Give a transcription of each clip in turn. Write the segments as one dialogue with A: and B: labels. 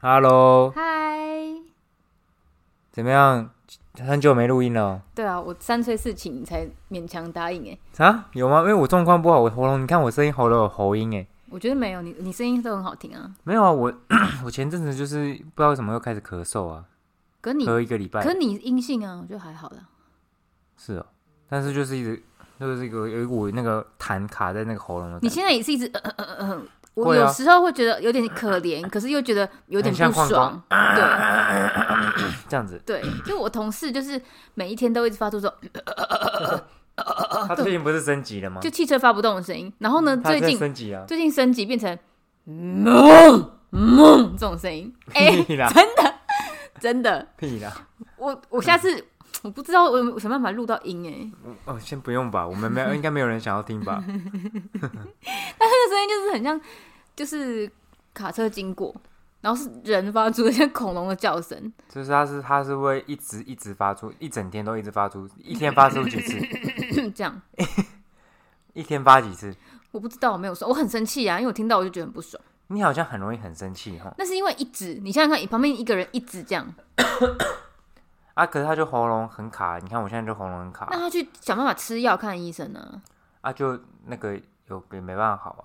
A: Hello，
B: 嗨，
A: 怎么样？很久没录音了
B: 对啊，我三催四请你才勉强答应哎，
A: 啊？有吗？因为我状况不好，我喉咙，你看我声音喉咙有喉音哎。
B: 我觉得没有你，你声音都很好听啊。
A: 没有啊，我 我前阵子就是不知道为什么又开始咳嗽啊，
B: 可你，
A: 咳一个礼拜
B: 可你阴性啊，我觉得还好啦。
A: 是哦，但是就是一直就是一个有一股那个痰卡在那个喉咙的感
B: 你
A: 觉，
B: 现在也是一直呃呃呃呃，我
A: 会啊
B: 有时候会觉得有点可 怜，可是又觉得有点
A: 很像
B: 不
A: 矿
B: 爽。对
A: 这样子，
B: 对，就我同事就是每一天都一直发出这
A: 嗯
B: 种
A: 他最近不是升级了吗？
B: 呃就汽车发不动的声音，然后呢，
A: 他
B: 最
A: 在
B: 近
A: 升级啊，
B: 最近升级变成嗯嗯这种声音， 哎、
A: 屁啦
B: 真的真的，
A: 屁啦，
B: 我我下次我不知道我有我想办法录到音哎、
A: 哦，先不用吧，我们没 有，应该没有人想要听吧？
B: 那个声音就是很像，就是卡车经过，然后是人发出的 像恐龙的叫声。
A: 就是他是他是会一直一直发出，一整天都一直发出，一天发出几 次？
B: 这样，
A: 一天发几次？
B: 我不知道，我没有说，我很生气啊，因为我听到我就觉得很不爽。
A: 你好像很容易很生气哈
B: 那是因为一直，你想想看，你旁边一个人一直这样，
A: 啊！可是他就喉咙很卡，你看我现在就喉咙很卡
B: 那他去想办法吃药看医生呢、
A: 啊，就那个有也没办法好啊。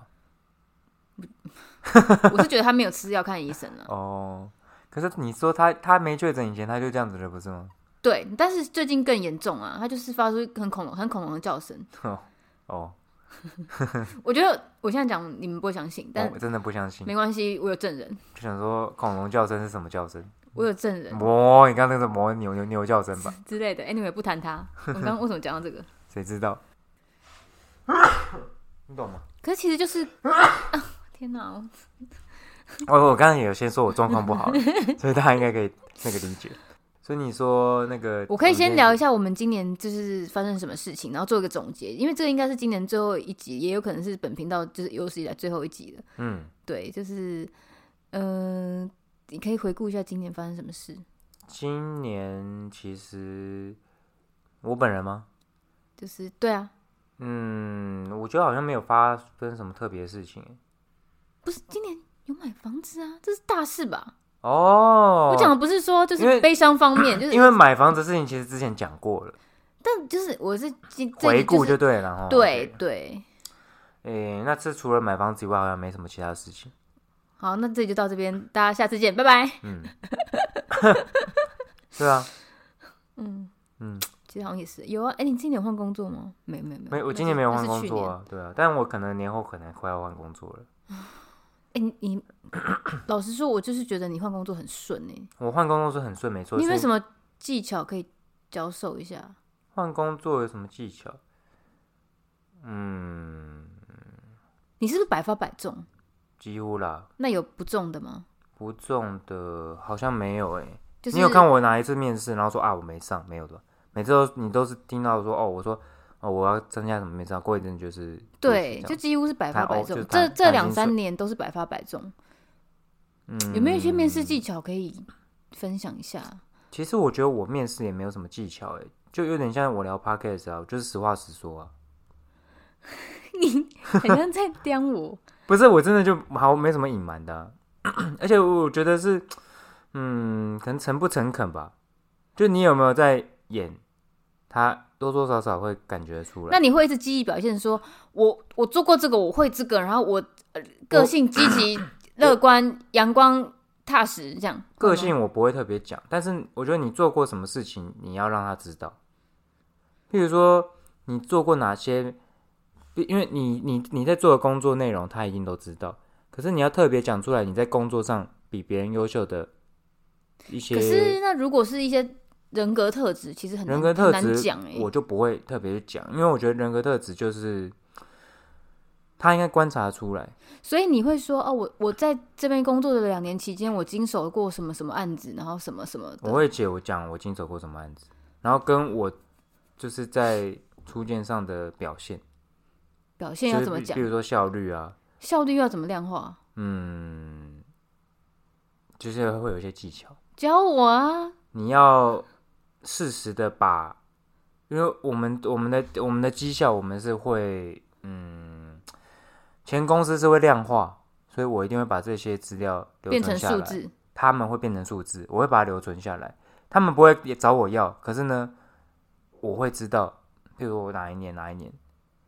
B: 我是觉得他没有吃药看医生啊。
A: 哦，可是你说他他没确诊以前他就这样子了，不是吗？
B: 对，但是最近更严重啊，他就是发出很恐龙、很恐龙的叫声。
A: 哦，
B: 我觉得我现在讲你们不会相信，但
A: 哦我真的不相信
B: 没，关系，我有证人，
A: 就想说恐龙叫声是什么叫声？
B: 我有证
A: 嗯
B: 人
A: 魔，你刚刚那个魔牛牛牛叫声 吧？
B: 之类的。Anyway，不谈他。我刚刚为什么讲到这个？
A: 谁知道？你懂吗？
B: 可是其 实就是，啊、天哪，我
A: 我哦我刚刚也有先说我状况不 好了，所以大家应该可以那个理解。所以你说那个，
B: 我可以先聊一
A: 下。
B: 下我们今年就是发生什么事情，然后做一个总结，因为这个应该是今年最后一集，也有可能是本频道就是有史以来最后一集了。
A: 嗯，
B: 对，就是，嗯、你可以回顾一下今年发生什么事，
A: 今年其实我本人吗？
B: 就是对啊，
A: 嗯，我觉得好像没有发生什么特别的事情。欸
B: 不是今年有买房子啊，这是大事吧？
A: 哦，
B: 我讲的不是说就
A: 因为
B: 是悲伤 方面，就是
A: 因为买房子的事情其实之前讲过了，
B: 但就是我是今这
A: 回顾
B: 就
A: 就是对了。齁
B: 对对。
A: 对，诶，那这除了买房子以外，好像没什么其他事情。
B: 好，那这里就到这边，大家下次见，拜拜。
A: 嗯，对啊，
B: 嗯，
A: 嗯，
B: 其实好像也是有啊。哎、你今年有换工作吗？没有没有没有，
A: 没，我
B: 那
A: 今
B: 是
A: 年没有
B: 那
A: 换
B: 是
A: 工
B: 去
A: 作
B: 年。
A: 啊，对啊，但我可能年后可能快要换工作了。
B: 哎、你你老实说，我就是觉得你换工作很顺哎、
A: 我换工作是很顺，没错。
B: 你有没有
A: 是
B: 什么技巧可以教授一下？
A: 换工作有什么技巧？嗯，
B: 你是不是百发百中？
A: 几乎啦，
B: 那有不中的吗？
A: 不中的好像没有欸诶、
B: 就是
A: 你有看我哪一次面试，然后说啊我没上，没有的吧。每次都你都是听到说哦，我说哦我要参加什么面试啊，过一阵就是
B: 对，
A: 就这
B: 就是
A: 样
B: 几乎是百发
A: 谈
B: 百
A: 哦就
B: 中。
A: 是
B: 这
A: 谈
B: 这
A: 谈
B: 两
A: 薪
B: 三
A: 水
B: 年都是百发百中。
A: 嗯
B: 有没有一些面试技巧可以分享一下？
A: 其实我觉得我面试也没有什么技巧诶、就有点像我聊 podcast 啊，就是实话实说啊。
B: 你好像在 刁我。
A: 不是，我真的就好没什么隐瞒的啊、 而且我觉得是，嗯，可能诚不诚恳吧，就你有没有在演，他多多少少会感觉出
B: 那
A: 来。
B: 你会一直积极表现说，我我做过这个，我会这个，然后我、呃
A: 我
B: 个性积极、 乐观、阳光、踏实，这样。
A: 个
B: 会吗
A: 性我不会特别讲，但是我觉得你做过什么事情，你要让他知道。譬如说，你做过哪些，因为你你你在做的工作内容，他一定都知道。可是你要特别讲出来，你在工作上比别人优秀的一些
B: 可是那如果是一些人格特质，其实很难
A: 人格特
B: 很难
A: 质
B: 讲哎、，
A: 我就不会特别去讲，因为我觉得人格特质就是他应该观察出来。
B: 所以你会说哦，我我在这边工作的两年期间，我经手过什么什么案子，然后什么什么
A: 我
B: 的。
A: 会解我讲我经手过什么案子，然后跟我就是在初见上的表现，
B: 表现
A: 就
B: 要
A: 是
B: 怎么
A: 比
B: 讲
A: 比？如说效率啊，
B: 效率要怎么量化？
A: 嗯，就是会有一些技巧，
B: 教我啊！
A: 你要适时的把，因为我们我们的我们的绩效我们是会嗯，前公司是会量化。所以我一定会把这些资料留
B: 变
A: 存
B: 成
A: 下
B: 数
A: 来
B: 字，
A: 他们会变成数字，我会把它留存下来。他们不会也找我要，可是呢，我会知道，譬如我哪一年哪一年，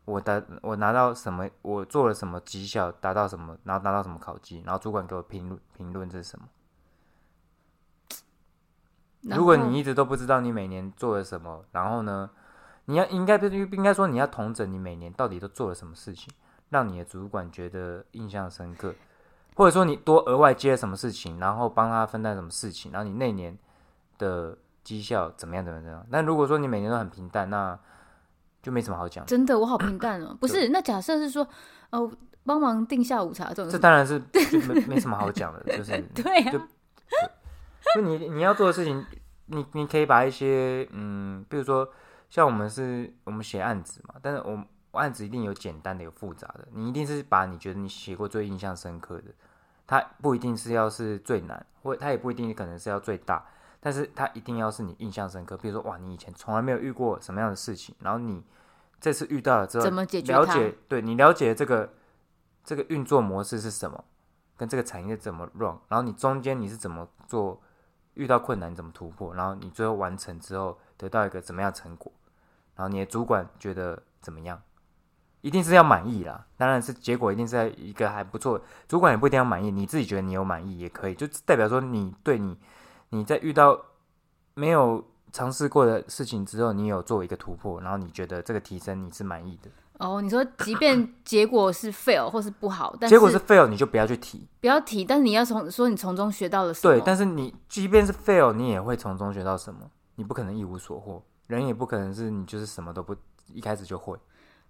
A: 我达我拿到什么，我做了什么绩效，达到什么，然后拿到什么考绩，然后主管给我评论评论这是什么。
B: 然后
A: 如果你一直都不知道你每年做了什么，然后呢，你要应该不应该说你要统整你每年到底都做了什么事情，让你的主管觉得印象深刻，或者说你多额外接了什么事情，然后帮他分担什么事情，然后你那年的绩效怎么样怎么样怎么样。但如果说你每年都很平淡，那就没什么好讲。
B: 真的我好平淡哦，不是？那假设是说，哦，帮忙订下午茶这种
A: 这
B: 事，
A: 当然是就没没什么好讲的，就是
B: 对啊
A: 就，就你你要做的事情，你你可以把一些嗯，比如说像我们是我们写案子嘛，但是我我案子一定有简单的，有复杂的，你一定是把你觉得你写过最印象深刻的，它不一定是要是最难，或它也不一定可能是要最大，但是它一定要是你印象深刻。比如说哇，你以前从来没有遇过什么样的事情，然后你这次遇到了之后，
B: 怎么解决
A: 了
B: 它
A: 解，对你了解这个这个运作模式是什么，跟这个产业怎么 run，然后你中间你是怎么做，遇到困难你怎么突破，然后你最后完成之后得到一个怎么样的成果，然后你的主管觉得怎么样，一定是要满意啦。当然是结果一定是在一个还不错，主管也不一定要满意，你自己觉得你有满意也可以，就代表说你对你你在遇到没有尝试过的事情之后，你有做一个突破，然后你觉得这个提升你是满意的。
B: 哦，你说即便结果是 fail 或是不好，但
A: 结果是 fail，你就不要去提。
B: 不要提，但是你要从说你从中学到了什么？
A: 对，但是你即便是 fail，你也会从中学到什么。你不可能一无所获，人也不可能是你就是什么都不一开始就会。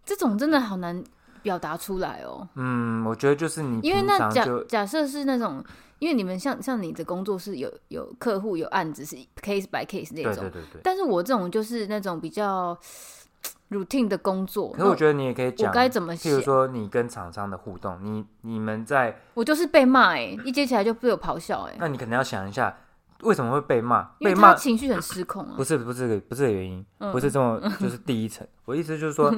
B: 这种真的好难表达出来哦。
A: 嗯，我觉得就是你
B: 因为
A: 平
B: 那
A: 常
B: 假
A: 就
B: 假设是那种，因为你们像像你的工作是有有客户有案子是 case by case 那
A: 对
B: 种，
A: 对对对。
B: 但是我这种就是那种比较 routine 的工作，
A: 可是
B: 那
A: 我觉得你也可以
B: 我
A: 讲，
B: 该怎么
A: 譬
B: 写
A: 如？说你跟厂商的互动，你你们在，
B: 我就是被骂哎、一接起来就被我咆哮哎、
A: 那你可能要想一下为什么会被骂，
B: 因为
A: 被
B: 他嗯
A: 骂
B: 情绪很失控啊
A: 不。是不是这个不是这个原因，不是这 么就是第一层。我意思就是说，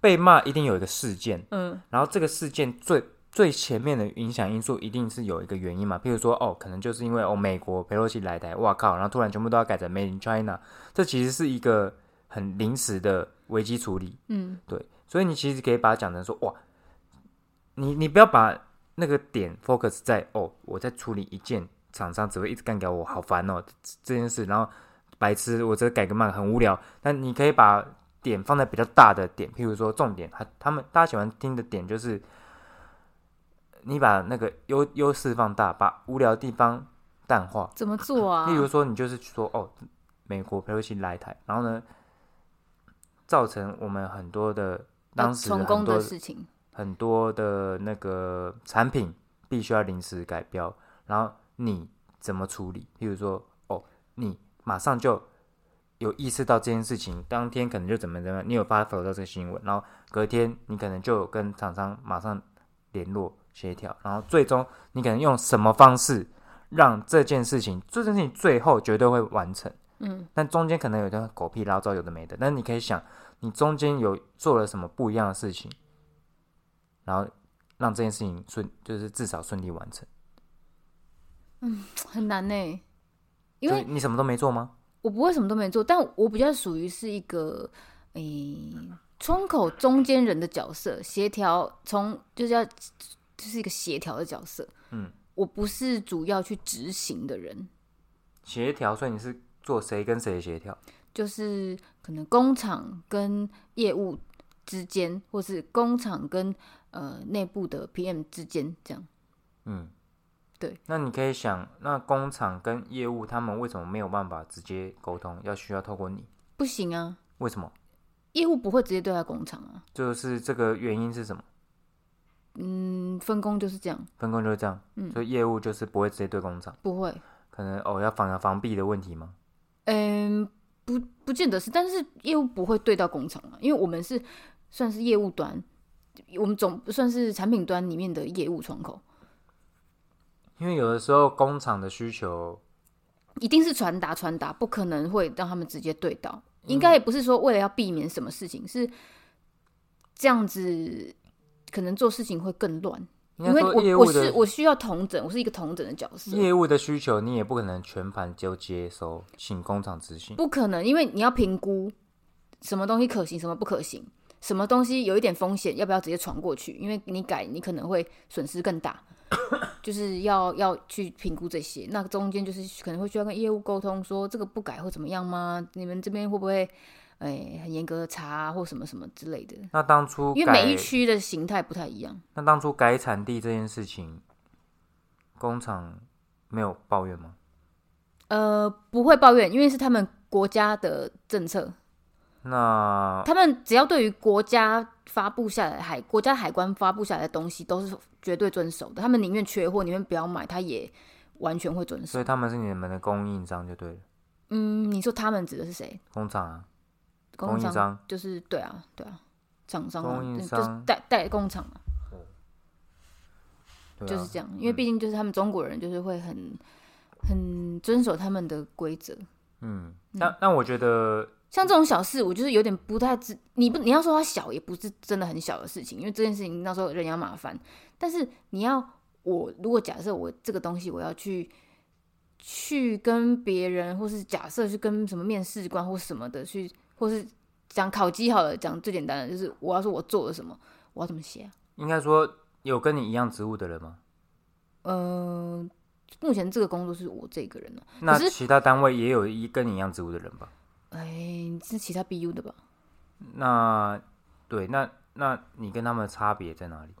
A: 被骂一定有一个事件，
B: 嗯，
A: 然后这个事件最最前面的影响因素一定是有一个原因嘛，譬如说哦，可能就是因为哦美国佩洛西来台，哇靠，然后突然全部都要改成 Made in China，这其实是一个很临时的危机处理，
B: 嗯，
A: 对，所以你其实可以把它讲成说哇，你你不要把那个点 focus 在哦我在处理一件厂商只会一直干掉我好烦哦这这件事，然后白痴我这改个慢很无聊，但你可以把点放在比较大的点，譬如说重点，他他们大家喜欢听的点就是，你把那个优优势放大，把无聊的地方淡化。
B: 怎么做啊
A: 例？如说，你就是说哦，美国佩洛西来台，然后呢，造成我们很多的当时
B: 呃成
A: 很
B: 功
A: 多
B: 的事情，
A: 很多的那个产品必须要临时改标，然后你怎么处理？譬如说，哦，你马上就有意识到这件事情，当天可能就怎么怎么样，你有发 o 到这个新闻，然后隔天你可能就有跟厂商马上联络协调，然后最终你可能用什么方式让这件事情，这件事情最后绝对会完成。
B: 嗯，
A: 但中间可能有的狗屁唠叨，有的没的。但你可以想，你中间有做了什么不一样的事情，然后让这件事情顺，就是至少顺利完成。
B: 很难呢、因
A: 所
B: 为
A: 以你什么都没做吗？
B: 我不会什么都没做，但我比较属于是一个诶、窗口中间人的角色，协调从就是要就是一个协调的角色。
A: 嗯，
B: 我不是主要去执行的人，
A: 协调，所以你是做谁跟谁的协调？
B: 就是可能工厂跟业务之间，或是工厂跟呃内部的 PM 之间这样。
A: 嗯，
B: 对。
A: 那你可以想，那工厂跟业务他们为什么没有办法直接沟通，要需要透过你？
B: 不行啊，
A: 为什么？
B: 业务不会直接对待工厂啊，
A: 就是这个原因是什么？
B: 嗯，分工就是这样，
A: 分工就是这样，
B: 嗯
A: 所以业务就是不会直接对工厂，
B: 不会。
A: 可能哦要防防避的问题吗？
B: 嗯，不不见得是，但是业务不会对到工厂啊，因为我们是算是业务端，我们总算是产品端里面的业务窗口，
A: 因为有的时候工厂的需求
B: 一定是传达传达，不可能会让他们直接对到。应该也
A: 嗯
B: 不是说为了要避免什么事情，是这样子，可能做事情会更乱。
A: 应
B: 因
A: 该
B: 为
A: 说业
B: 我
A: 务
B: 我是
A: 的
B: 我需要同整，我是一个同整的角色，
A: 业务的需求，你也不可能全盘就接收，请工厂执行。
B: 不可能，因为你要评估什么东西可行，什么不可行，什么东西有一点风险，要不要直接传过去？因为你改，你可能会损失更大，就是要要去评估这些。那中间就是可能会需要跟业务沟通，说这个不改会怎么样吗？你们这边会不会哎、很严格的查啊、或什么什么之类的？
A: 那当初
B: 因为
A: 改
B: 每一区的形态不太一样，
A: 那当初改产地这件事情，工厂没有抱怨吗？
B: 呃，不会抱怨，因为是他们国家的政策，
A: 那
B: 他们只要对于国家发布下来的海国家海关发布下来的东西都是绝对遵守的，他们宁愿缺货，宁愿不要买，他也完全会遵
A: 所
B: 守
A: 以。他们是你们的供应商就对了，
B: 嗯，你说他们指的是谁？
A: 工厂啊，
B: 供
A: 供应商
B: 就是对啊，对啊，厂商啊，
A: 供应
B: 对
A: 商
B: 就是代代工厂嘛，
A: 对啊，
B: 就是这样。因为毕竟就是他们中国人就是会很很遵守他们的规则。
A: 嗯，那那我觉得
B: 像这种小事，我就是有点不太知，你不你要说它小，也不是真的很小的事情，因为这件事情那时候人仰马翻。但是你要我，如果假设我这个东西我要去去跟别人，或是假设去跟什么面试官或什么的去，或是讲烤鸡好了，讲最简单的就是我要说我做了什么，我要怎么写、啊？
A: 应该说有跟你一样职务的人吗？
B: 呃，目前这个工作是我这个人哦了、
A: 那
B: 是
A: 其他单位也有一跟你一样职务的人吧？
B: 哎，你是其他 BU 的吧？
A: 那对，那那你跟他们的差别在哪里？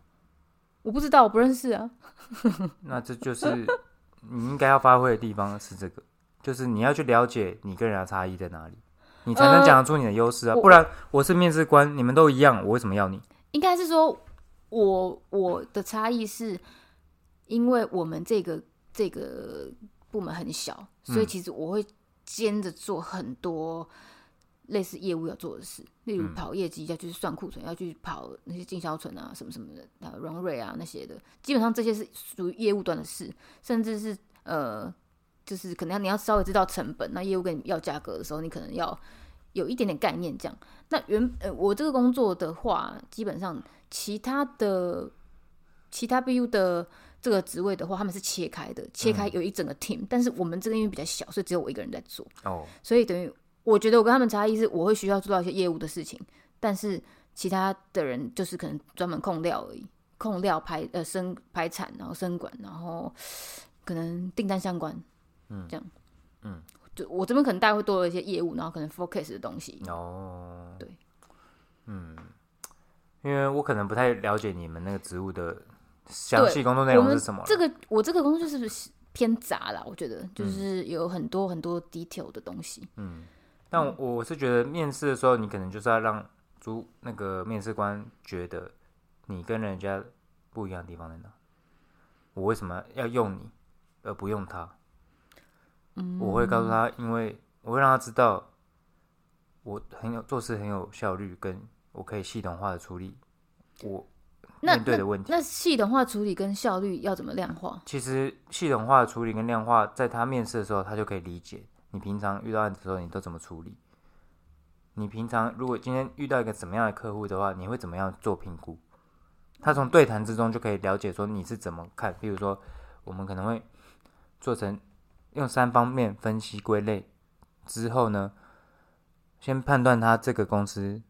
B: 我不知道，我不认识啊。
A: 那这就是你应该要发挥的地方是这个，就是你要去了解你跟人家差异在哪里，你才能
B: 呃
A: 讲得出你的优势啊。
B: 我
A: 不然我是面试官，你们都一样，我为什么要你？
B: 应该是说我我的差异是，因为我们这个这个部门很小，所以
A: 嗯
B: 其实我会兼着做很多类似业务要做的事，例如
A: 嗯
B: 跑业绩要去算库存，要去跑那些经销存啊什么什么的，还有 run rate 啊那些的，基本上这些是属于业务端的事，甚至是呃。就是可能要你要稍微知道成本，那业务跟你要价格的时候，你可能要有一点点概念这样。那原呃，我这个工作的话，基本上其他的其他 BU 的这个职位的话，他们是切开的，切开有一整个 team，、但是我们这个因为比较小，所以只有我一个人在做，
A: 哦，
B: 所以等于我觉得我跟他们差异是，我会需要做到一些业务的事情，但是其他的人就是可能专门控料而已，控料排呃生排产，然后生管，然后可能订单相关，嗯，这样，
A: 嗯，
B: 就我这边可能大概会多了一些业务，然后可能 focus 的东西，
A: 哦，
B: 嗯对，
A: 嗯，因为我可能不太了解你们那个职务的详细工作内
B: 我
A: 容
B: 们
A: 是什么了。
B: 这个我这个工作就是偏杂啦，我觉得
A: 嗯
B: 就是有很多很多 detail 的东西。
A: 但我我是觉得面试的时候，你可能就是要让主那个面试官觉得你跟人家不一样的地方在哪，我为什么要用你而不用他？我会告诉他，因为我会让他知道我很有做事很有效率，跟我可以系统化的处理我
B: 那
A: 面对的问题。
B: 那系统化处理跟效率要怎么量化？
A: 其实系统化的处理跟量化，在他面试的时候，他就可以理解你平常遇到案子的时候，你都怎么处理。你平常如果今天遇到一个怎么样的客户的话，你会怎么样做评估？他从对谈之中就可以了解说你是怎么看。比如说，我们可能会做成用三方面分析归类之后呢，先判断他这个公司。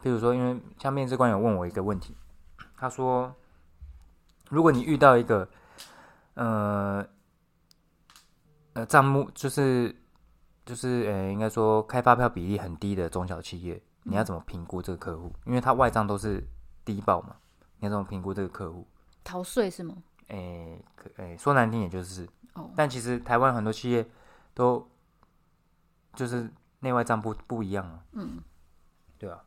A: 比如说，因为像面试官有问我一个问题，他说：“如果你遇到一个呃呃账目就是就是呃，应该说开发票比例很低的中小企业，你要怎么评估这个客户？因为他外账都是低报嘛，你要怎么评估这个客户？
B: 逃税是吗？
A: 诶、可诶、说难听也就是，
B: 哦
A: 但其实台湾很多企业都就是内外账不不一样啊。嗯，对啊。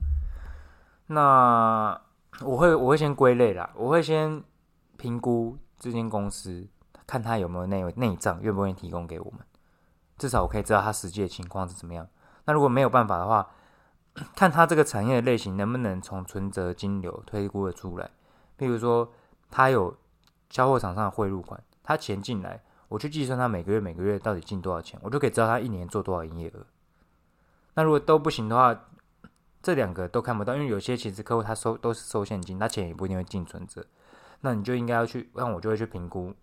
A: 那我会我会先归类啦，我会先评估这间公司，看它有没有内内账，愿不愿意提供给我们。至少我可以知道它实际的情况是怎么样。那如果没有办法的话， 看它这个产业的类型能不能从存折金流推估的出来。譬如说，它有销货厂商的汇入款，他钱进来，我去计算他每个月每个月到底进多少钱，我就可以知道他一年做多少营业额。那如果都不行的话，这两个都看不到，因为有些其实客户他收都是收现金，他钱也不一定会进存折。那你就应该要去，那我就会去评估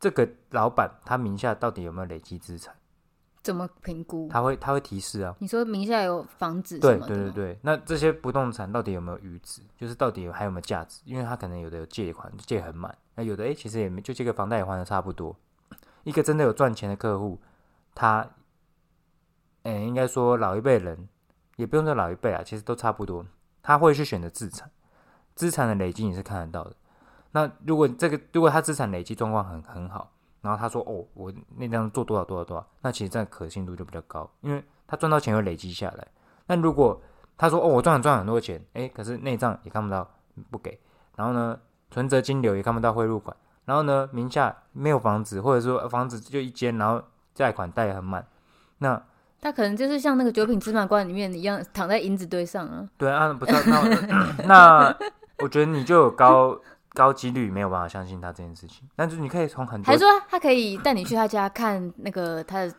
A: 这个老板他名下到底有没有累积资产，
B: 怎么评估？
A: 他会他会提示啊。
B: 你说名下有房子什
A: 对
B: 么的
A: 对对
B: 吗，
A: 对，那这些不动产到底有没有余值？就是到底有还有没有价值？因为他可能有的有借款借很满，那有的诶其实也没就借个房贷也还的差不多。一个真的有赚钱的客户，他，诶、应该说老一辈人也不用说老一辈啊，其实都差不多，他会去选择资产，资产的累积你是看得到的。那如果这个如果他资产累积状况很很好，然后他说哦，我那张做多少多少多少，那其实这样可信度就比较高，因为他赚到钱会累积下来。那如果他说哦，我赚了赚很多钱，诶，可是内账也看不到，不给。然后呢，存折金流也看不到汇入款。然后呢，名下没有房子，或者说呃房子就一间，然后贷款贷得很满。那
B: 他可能就是像那个九品芝麻官里面一样，躺在银子堆上啊。
A: 对啊，不知道那 那我觉得你就有高高几率没有办法相信他这件事情。但是你可以从很多
B: 还是，说他可以带你去他家看那个他的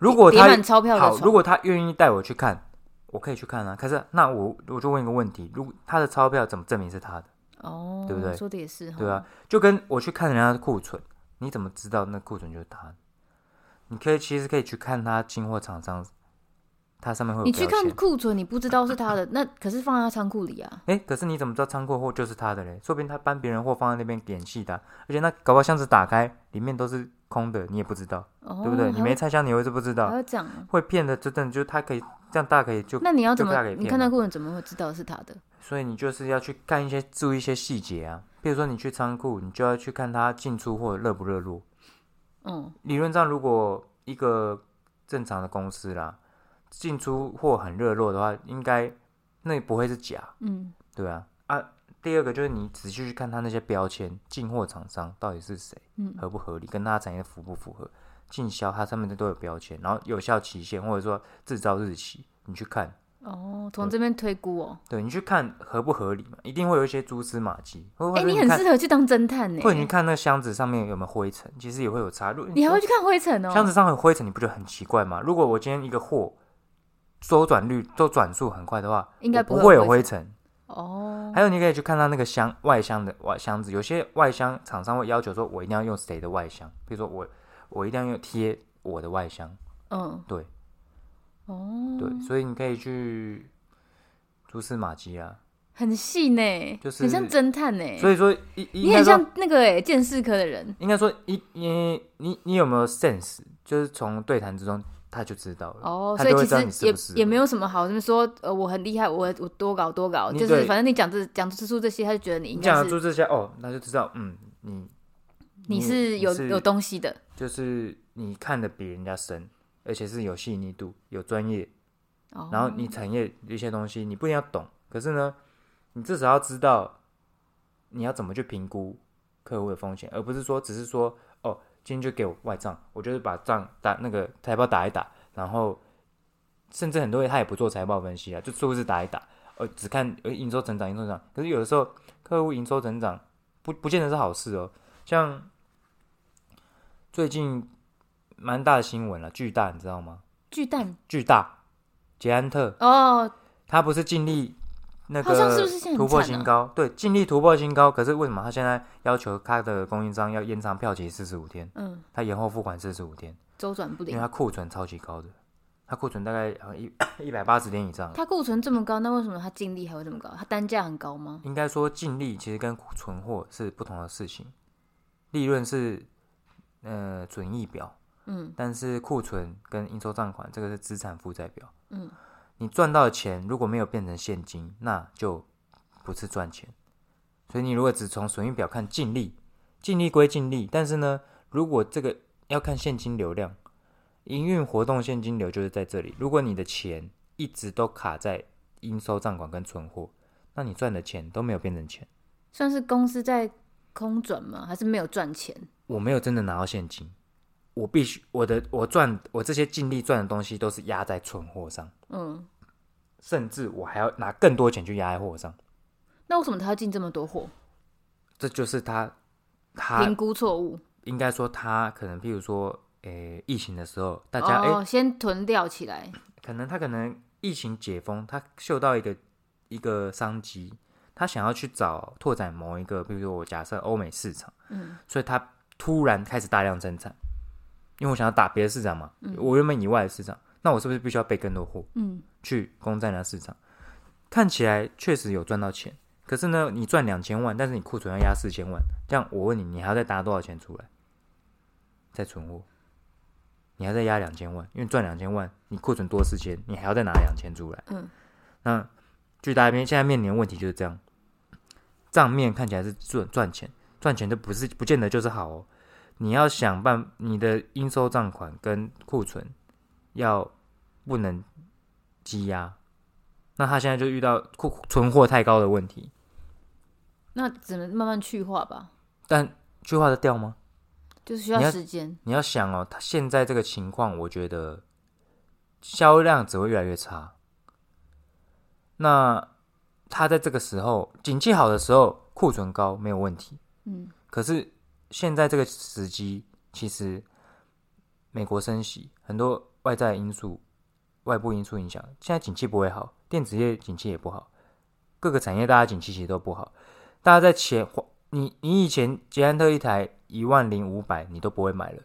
A: 如果
B: 叠
A: 他
B: 满钞票
A: 好
B: 的，
A: 如
B: 床？
A: 果他愿意带我去看，我可以去看啊。可是那我我就问一个问题：如果他的钞票怎么证明是他的？
B: 哦，
A: 对不对
B: 说的也是，
A: 对啊，，就跟我去看人家的库存，你怎么知道那库存就是他的？你可以其实可以去看他进货厂商，它上面会有
B: 你去
A: 标
B: 看
A: 签。
B: 库存，你不知道是他的，那可是放在他仓库里啊。
A: 哎、可是你怎么知道仓库货就是他的嘞？说不定他搬别人货放在那边演戏的啊、而且那搞不好箱子打开里面都是空的，你也不知道，
B: 哦，
A: 对不对？你
B: 还
A: 没
B: 会
A: 拆箱，你会是不知
B: 还
A: 道，
B: 会这样啊？
A: 会骗的，真的就是他可以这样大可以就，
B: 那你要
A: 就
B: 怎么
A: 大概？
B: 你
A: 骗
B: 看
A: 了
B: 到库存怎么会知道是他的？
A: 所以你就是要去看一些注意一些细节啊，比如说你去仓库，你就要去看他进出货热不热络，
B: 嗯，
A: 理论上，如果一个正常的公司啦，进出货很热络的话，应该那也不会是假，
B: 嗯，
A: 对啊。啊，第二个就是你仔细去看它那些标签，进货厂商到底是谁，
B: 嗯
A: 合不合理，跟它产业符不符合，进销它上面都有标签，然后有效期限或者说制造日期，你去看，
B: 哦，从这边推估哦。
A: 对你去看合不合理嘛，一定会有一些蛛丝马迹，或
B: 哎，
A: 者
B: 你
A: 你
B: 很欸
A: 看，
B: 适合去当侦探呢
A: 或。者你看那个箱子上面有没有灰尘，其实也会有差。如果
B: 你还
A: 说
B: 会去看灰尘哦？
A: 箱子上有灰尘，你不觉得很奇怪吗？如果我今天一个货周转率、周转速很快的话，
B: 应该
A: 我不
B: 不会有
A: 有
B: 灰
A: 灰尘。
B: 哦，
A: 还有，你可以去看它那个箱外箱的外箱子，有些外箱厂商会要求说，我一定要用谁的外箱，比如说我我一定要用贴我的外箱，
B: 嗯，
A: 对
B: 哦，
A: 对，所以你可以去蛛丝马迹啊。
B: 很细呢，
A: 就是
B: 很像侦探呢。
A: 所以说，一应
B: 你
A: 该
B: 很
A: 说，
B: 像那个哎，鉴识科的人。
A: 应该说一你你你有没有 sense，就是从对谈之中他就知道了。
B: 哦，
A: 他
B: 所以
A: 就会
B: 其
A: 知道你是
B: 实也
A: 不是
B: 也没有什么好这么说，呃，我很厉害，我我多搞多搞，
A: 你
B: 就是
A: 对
B: 反正你讲这讲出出这些，他就觉得你应
A: 你
B: 该
A: 讲得
B: 是
A: 出这些哦，那就知道，嗯，你
B: 你是有
A: 你
B: 有东西的，
A: 就是你看的比人家深，而且是有细腻度、有专业，
B: 哦
A: 然后你产业一些东西你不一定要懂，可是呢，你至少要知道你要怎么去评估客户的风险，而不是说只是说哦，今天就给我外账，我就是把账打那个财报打一打，然后甚至很多人他也不做财报分析啊，就数字打一打，呃，只看呃营收成长、营收成长，可是有的时候客户营收成长不不见得是好事哦，像最近蛮大的新闻了，巨大你知道吗？
B: 巨蛋
A: 巨大捷安特。
B: 哦，
A: 他不是尽力那
B: 好像是
A: 个
B: 不是现在
A: 突
B: 很
A: 破
B: 惨
A: 新
B: 啊？
A: 高？对，尽力突破新高。可是为什么他现在要求他的供应商要延长票期四十五天，
B: 嗯，
A: 他延后付款四十五天，
B: 周转不
A: 因为
B: 灵
A: 他，库存超级高的，他库存大概好像一 一百八十天以上。
B: 他库存这么高，那为什么他净利还会这么高？他单价很高吗？
A: 应该说净利其实跟存货是不同的事情，利润是呃损益表，
B: 嗯，
A: 但是库存跟应收账款这个是资产负债表，
B: 嗯，
A: 你赚到的钱如果没有变成现金，那就不是赚钱。所以你如果只从损益表看净利，净利归净利，但是呢，如果这个要看现金流量，营运活动现金流就是在这里。如果你的钱一直都卡在应收账款跟存货，那你赚的钱都没有变成钱。
B: 算是公司在空转吗？还是没有赚钱？
A: 我没有真的拿到现金，我必须我的我赚我这些尽力赚的东西都是压在存货上，
B: 嗯，
A: 甚至我还要拿更多钱去压在货上，
B: 那为什么他要进这么多货？
A: 这就是他他
B: 评估错误，
A: 应该说他可能，譬如说，诶、疫情的时候，大家诶、
B: 哦，先囤料起来，
A: 可能他可能疫情解封，他嗅到一个一个商机，他想要去找拓展某一个，比如说我假设欧美市场，
B: 嗯
A: 所以他突然开始大量生产，因为我想要打别的市场嘛，
B: 嗯
A: 我原本以外的市场，那我是不是必须要备更多货
B: 嗯
A: 去攻占那市场？看起来确实有赚到钱，可是呢，你赚两千万，但是你库存要压四千万，这样我问你，你还要再打多少钱出来？再存货，你还要再压两千万，因为赚两千万，你库存多四千，你还要再拿两千出来。
B: 嗯，
A: 那巨大边现在面临的问题就是这样，账面看起来是赚赚钱，赚钱的不是不见得就是好哦。你要想办你的应收账款跟库存要不能积压，那他现在就遇到库存货太高的问题，
B: 那只能慢慢去化吧，
A: 但去化得掉吗？
B: 就是需
A: 你
B: 要
A: 要
B: 时间。
A: 你要想哦，他现在这个情况，我觉得销量只会越来越差。那他在这个时候景气好的时候，库存高没有问题。
B: 嗯
A: 可是现在这个时机，其实美国升息，很多外在因素、外部因素影响，现在景气不会好，电子业景气也不好，各个产业大家景气其实都不好。大家在前，你你以前捷安特一台一万零五百你都不会买了，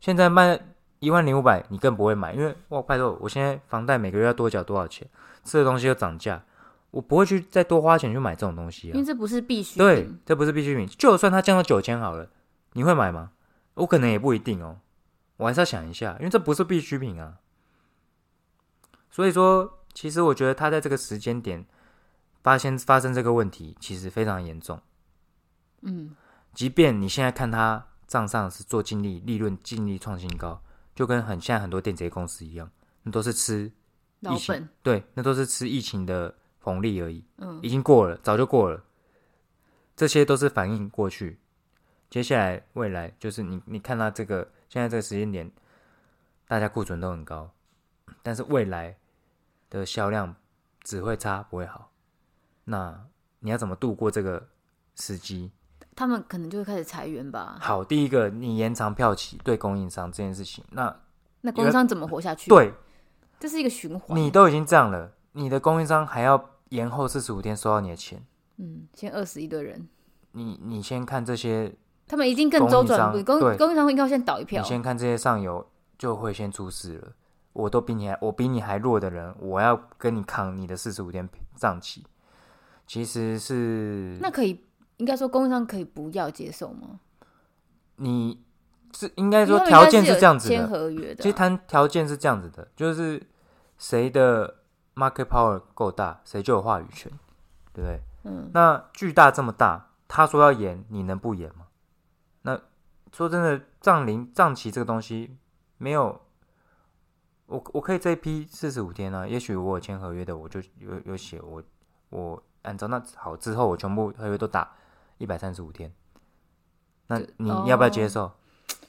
A: 现在卖一万零五百你更不会买，因为哇拜托，我现在房贷每个月要多缴多少钱，吃的东西又涨价，我不会去再多花钱去买这种东西啊
B: 因。为这不是必须
A: 对
B: 品，
A: 这不是必需品。就算它降到九千好了，你会买吗？我可能也不一定哦，我还是要想一下，因为这不是必需品啊。所以说，其实我觉得他在这个时间点发现发生这个问题，其实非常严重。
B: 嗯，
A: 即便你现在看它账上是做净利，利润净利创新高，就跟很现在很多电子业公司一样，那都是吃
B: 老
A: 疫情
B: 本，
A: 对，那都是吃疫情的红利而已。
B: 嗯
A: 已经过了，早就过了。这些都是反映过去，接下来未来就是你你看到这个现在这个时间点，大家库存都很高，但是未来的销量只会差不会好。那你要怎么度过这个时机？
B: 他们可能就会开始裁员吧。
A: 好，第一个你延长票期对供应商这件事情，那
B: 那供应商怎么活下去？，
A: 对
B: 这是一个循环。
A: 你都已经这样了，你的供应商还要延后四十五天收到你的钱，
B: 嗯，先饿死一堆人，
A: 你你先看这些
B: 他们已经更周转不已
A: 供
B: 供
A: 应商对
B: 供应商应该要先倒一票
A: 你。先看这些上游就会先出事了。我都比你还我比你还弱的人，我要跟你扛你的四十五天账期，其实是
B: 那可以，应该说供应商可以不要接受吗？
A: 你是应该
B: 因为
A: 说
B: 他们
A: 条
B: 应该
A: 件
B: 是有
A: 这样子
B: 签
A: 的，
B: 合约
A: 其
B: 的啊。
A: 实谈条件是这样子的，就是谁的 market power 够大，谁就有话语权，对不对？
B: 嗯，
A: 那巨大这么大，他说要演，你能不演吗？那说真的，藏林藏旗这个东西没有，我我可以这一批四十五天啊，也许我有签合约的，我就有有写我我按照那好之后，我全部合约都打一百三十五天，那
B: 就
A: 你
B: 哦
A: 要不要接受？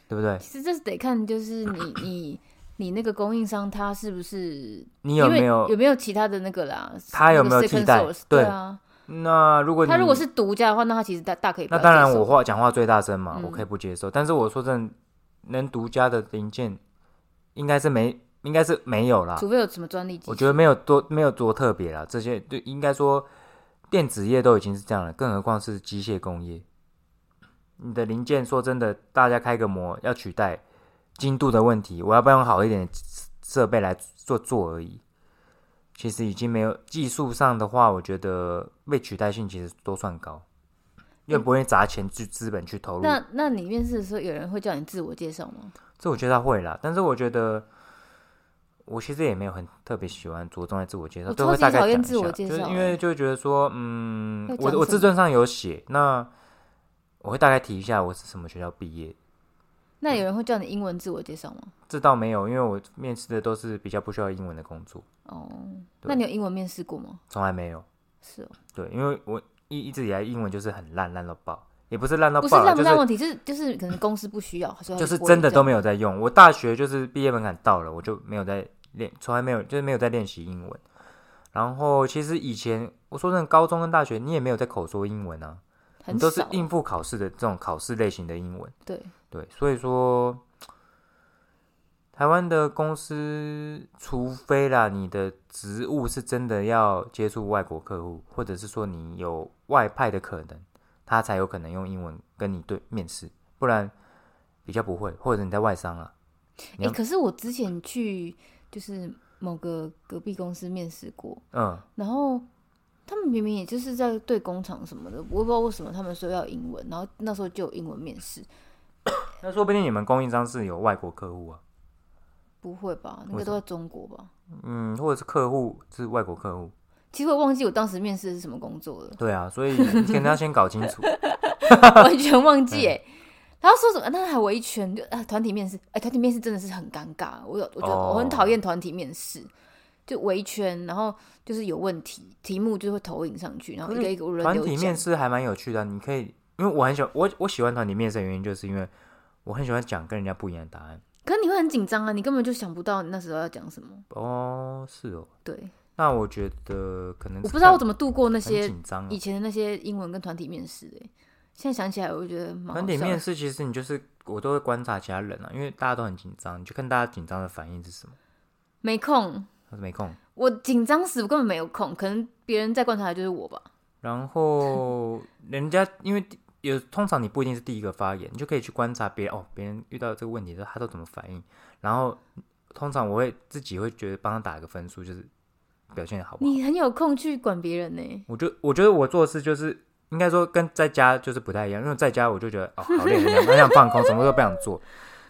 A: 对不对？
B: 其实这是得看，就是你 你你那个供应商他是不是
A: 你有
B: 因为
A: 没有？
B: 有没有其他的那个啦？
A: 他有没有
B: 那个 second
A: 替代
B: source，
A: 对
B: 对啊，
A: 那如果你
B: 他如果是独家的话，那他其实大大可以不
A: 那
B: 要
A: 当然，
B: 接受
A: 我话讲话最大声嘛，
B: 嗯
A: 我可以不接受。但是我说真的，能独家的零件应该是没，应该是没有啦。
B: 除非有什么专利技
A: 啊
B: 术，
A: 我觉得没有多没有多特别啦，这些对应该说电子业都已经是这样了，更何况是机械工业。你的零件说真的，大家开个模要取代精度的问题，我要不要用好一点的设备来做做而已。其实已经没有技术上的话，我觉得被取代性其实都算高，愿不愿意砸钱去资本去投入
B: 那那你面试的时候，有人会叫你自我介绍吗？
A: 这我觉得他会啦，但是我觉得我其实也没有很特别喜欢着重在自我介绍，
B: 我
A: 都
B: 超
A: 会
B: 级
A: 大概
B: 讨
A: 讲
B: 厌
A: 一
B: 自我
A: 下，
B: 介
A: 就是
B: 绍
A: 因
B: 欸
A: 为就会觉得说，嗯
B: 要，
A: 我
B: 讲
A: 我
B: 什
A: 自传上有写，那我会大概提一下我是什么学校毕业，
B: 那有人会叫你英文自我介绍吗？
A: 这倒没有，因为我面试的都是比较不需要英文的工作，
B: 哦，
A: 对
B: 那你有英文面试过吗？
A: 从来没有。
B: 是哦，
A: 对，因为我一一直以来英文就是很烂，烂到爆，也不是烂到
B: 不是
A: 爆啦，
B: 烂不
A: 就
B: 烂
A: 是
B: 问题，就是就是可能公司不需要，所以他
A: 就是
B: 不会
A: 真的
B: 叫
A: 都没有在用。我大学就是毕业门槛到了，我就没有在练，从来没有就是没有在练习英文。然后其实以前我说真的，高中跟大学你也没有在口说英文啊，
B: 很
A: 你都是
B: 少
A: 应付考试的这种考试类型的英文。
B: 对，
A: 对，所以说台湾的公司，除非啦，你的职务是真的要接触外国客户，或者是说你有外派的可能，他才有可能用英文跟你对面试，不然比较不会，或者你在外商啦。
B: 哎、可是我之前去就是某个隔壁公司面试过，
A: 嗯，
B: 然后他们明明也就是在对工厂什么的，我也不知道为什么他们说要英文，然后那时候就有英文面试，
A: 那说不定你们供应商是有外国客户啊，
B: 不会吧？那
A: 为
B: 个
A: 什
B: 都在中国吧？
A: 嗯，或者是客户是外国客户，，
B: 其实我忘记我当时面试是什么工作了
A: 对啊，所以你可能要先搞清楚。
B: 完全忘
A: 嗯
B: 记哎、然后说什么？那还围一圈就啊，团体面试，哎、团体面试真的是很尴尬。我有，我觉得
A: 哦
B: 我很讨厌团体面试，就围一圈，然后就是有问题，题目就会投影上去，然后一个一个轮
A: 团
B: 流
A: 体
B: 讲
A: 面试还蛮有趣的啊、你可以，因为我很喜欢我我喜欢团体面试的原因，就是因为我很喜欢讲跟人家不一样的答案。
B: 可你会很紧张啊，你根本就想不到你那时候要讲什么。
A: 哦，是哦，
B: 对，
A: 那我觉得可能
B: 我不知道我
A: 怎
B: 怎么度过那些
A: 紧张、
B: 以
A: 哦。
B: 前的那些英文跟团体面试的、欸现在想起来我就觉得蛮
A: 团
B: 好
A: 体
B: 笑
A: 面
B: 的。
A: 试其实你就是我都会观察其他人啊，因为大家都很紧张，你就看大家紧张的反应是什么。
B: 没空，
A: 他说没空，
B: 我紧张死，我根本没有空，可能别人在观察的就是我吧。
A: 然后人家因为第有通常你不一定是第一个发言，你就可以去观察别人哦，别人遇到这个问题的时候他都怎么反应。然后通常我会自己会觉得帮他打一个分数，就是表现的好不好。
B: 你很有空去管别人呢、
A: 我觉我觉得我做事就是应该说跟在家就是不太一样，因为在家我就觉得哦好累，很想很想放空，什么都不想做。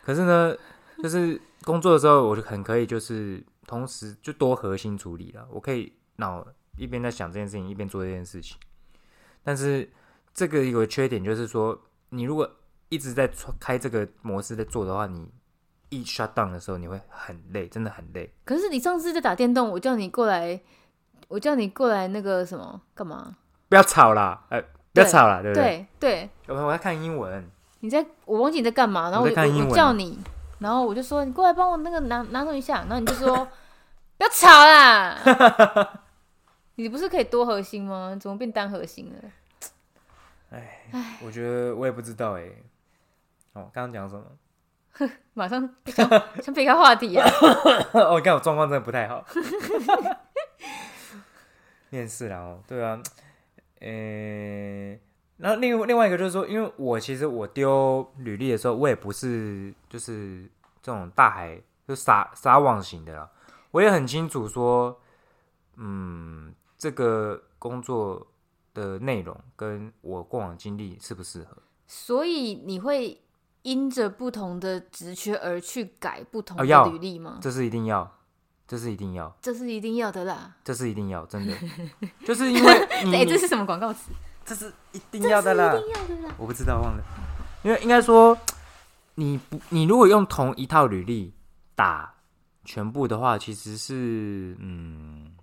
A: 可是呢，就是工作的时候，我就很可以就是同时就多核心处理了，我可以脑一边在想这件事情，一边做这件事情。但是这个有个缺点就是说，你如果一直在创开这个模式在做的话，你一 shut down 的时候，你会很累，真的很累。
B: 可是你上次在打电动，我叫你过来，我叫你过来那个什么干嘛？
A: 不要吵啦，呃，不要
B: 对
A: 吵啦，对不对？
B: 对对，
A: 我我要看英文。
B: 你在我忘记你在干嘛，然后
A: 我
B: 我
A: 在看英文
B: 我叫你，然后我就说你过来帮我那个拿拿弄一下，然后你就说 不要吵啦，你不是可以多核心吗？怎么变单核心了？
A: 我觉得我也不知道哎、哦，刚刚讲什么？
B: 马上 想想避开话题啊！
A: 哦，你看我状况真的不太好。 面试啦，哦，对啊，呃、然后另外另外一个就是说，因为我其实我丢履历的时候，我也不是就是这种大海就撒撒网型的啦，我也很清楚说，嗯，这个工作的内容跟我过往经历适不适合。
B: 所以你会因着不同的职缺而去改不同
A: 哦要
B: 的履历吗？
A: 这是一定要，这是一定要，
B: 这是一定要的啦！
A: 这是一定要， 真的，就是因为你
B: 哎、
A: 你
B: 这是什么广告词？
A: 这是一定要的啦，
B: 一定要的啦！
A: 我不知道忘了，因为应该说你不你如果用同一套履历打全部的话，其实是嗯，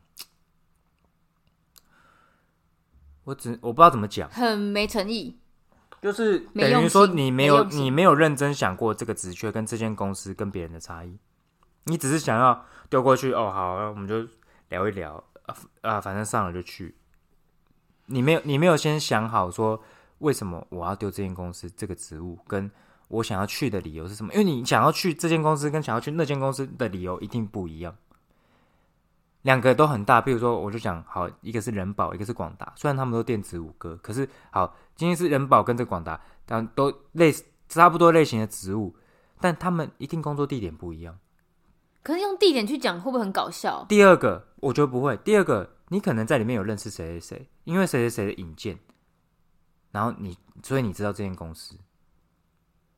A: 我只我不知道怎么讲，
B: 很没诚意，
A: 就是
B: 没
A: 等于
B: 用
A: 说
B: 心
A: 你
B: 没
A: 没有
B: 用心
A: 你没有认真想过这个职缺跟这间公司跟别人的差异，你只是想要丢过去哦，好，那我们就聊一聊啊反啊，反正上了就去。你没有你没有先想好说为什么我要丢这间公司这个职务，跟我想要去的理由是什么？因为你想要去这间公司跟想要去那间公司的理由一定不一样。两个都很大，比如说，我就讲好，一个是人保，一个是广达。虽然他们都电子五哥，可是好，今天是人保跟这广达，但都类似差不多类型的职务，但他们一定工作地点不一样。
B: 可是用地点去讲会不会很搞笑？
A: 第二个，我觉得不会。第二个，你可能在里面有认识谁谁谁，因为谁谁谁的引荐，然后你，所以你知道这间公司，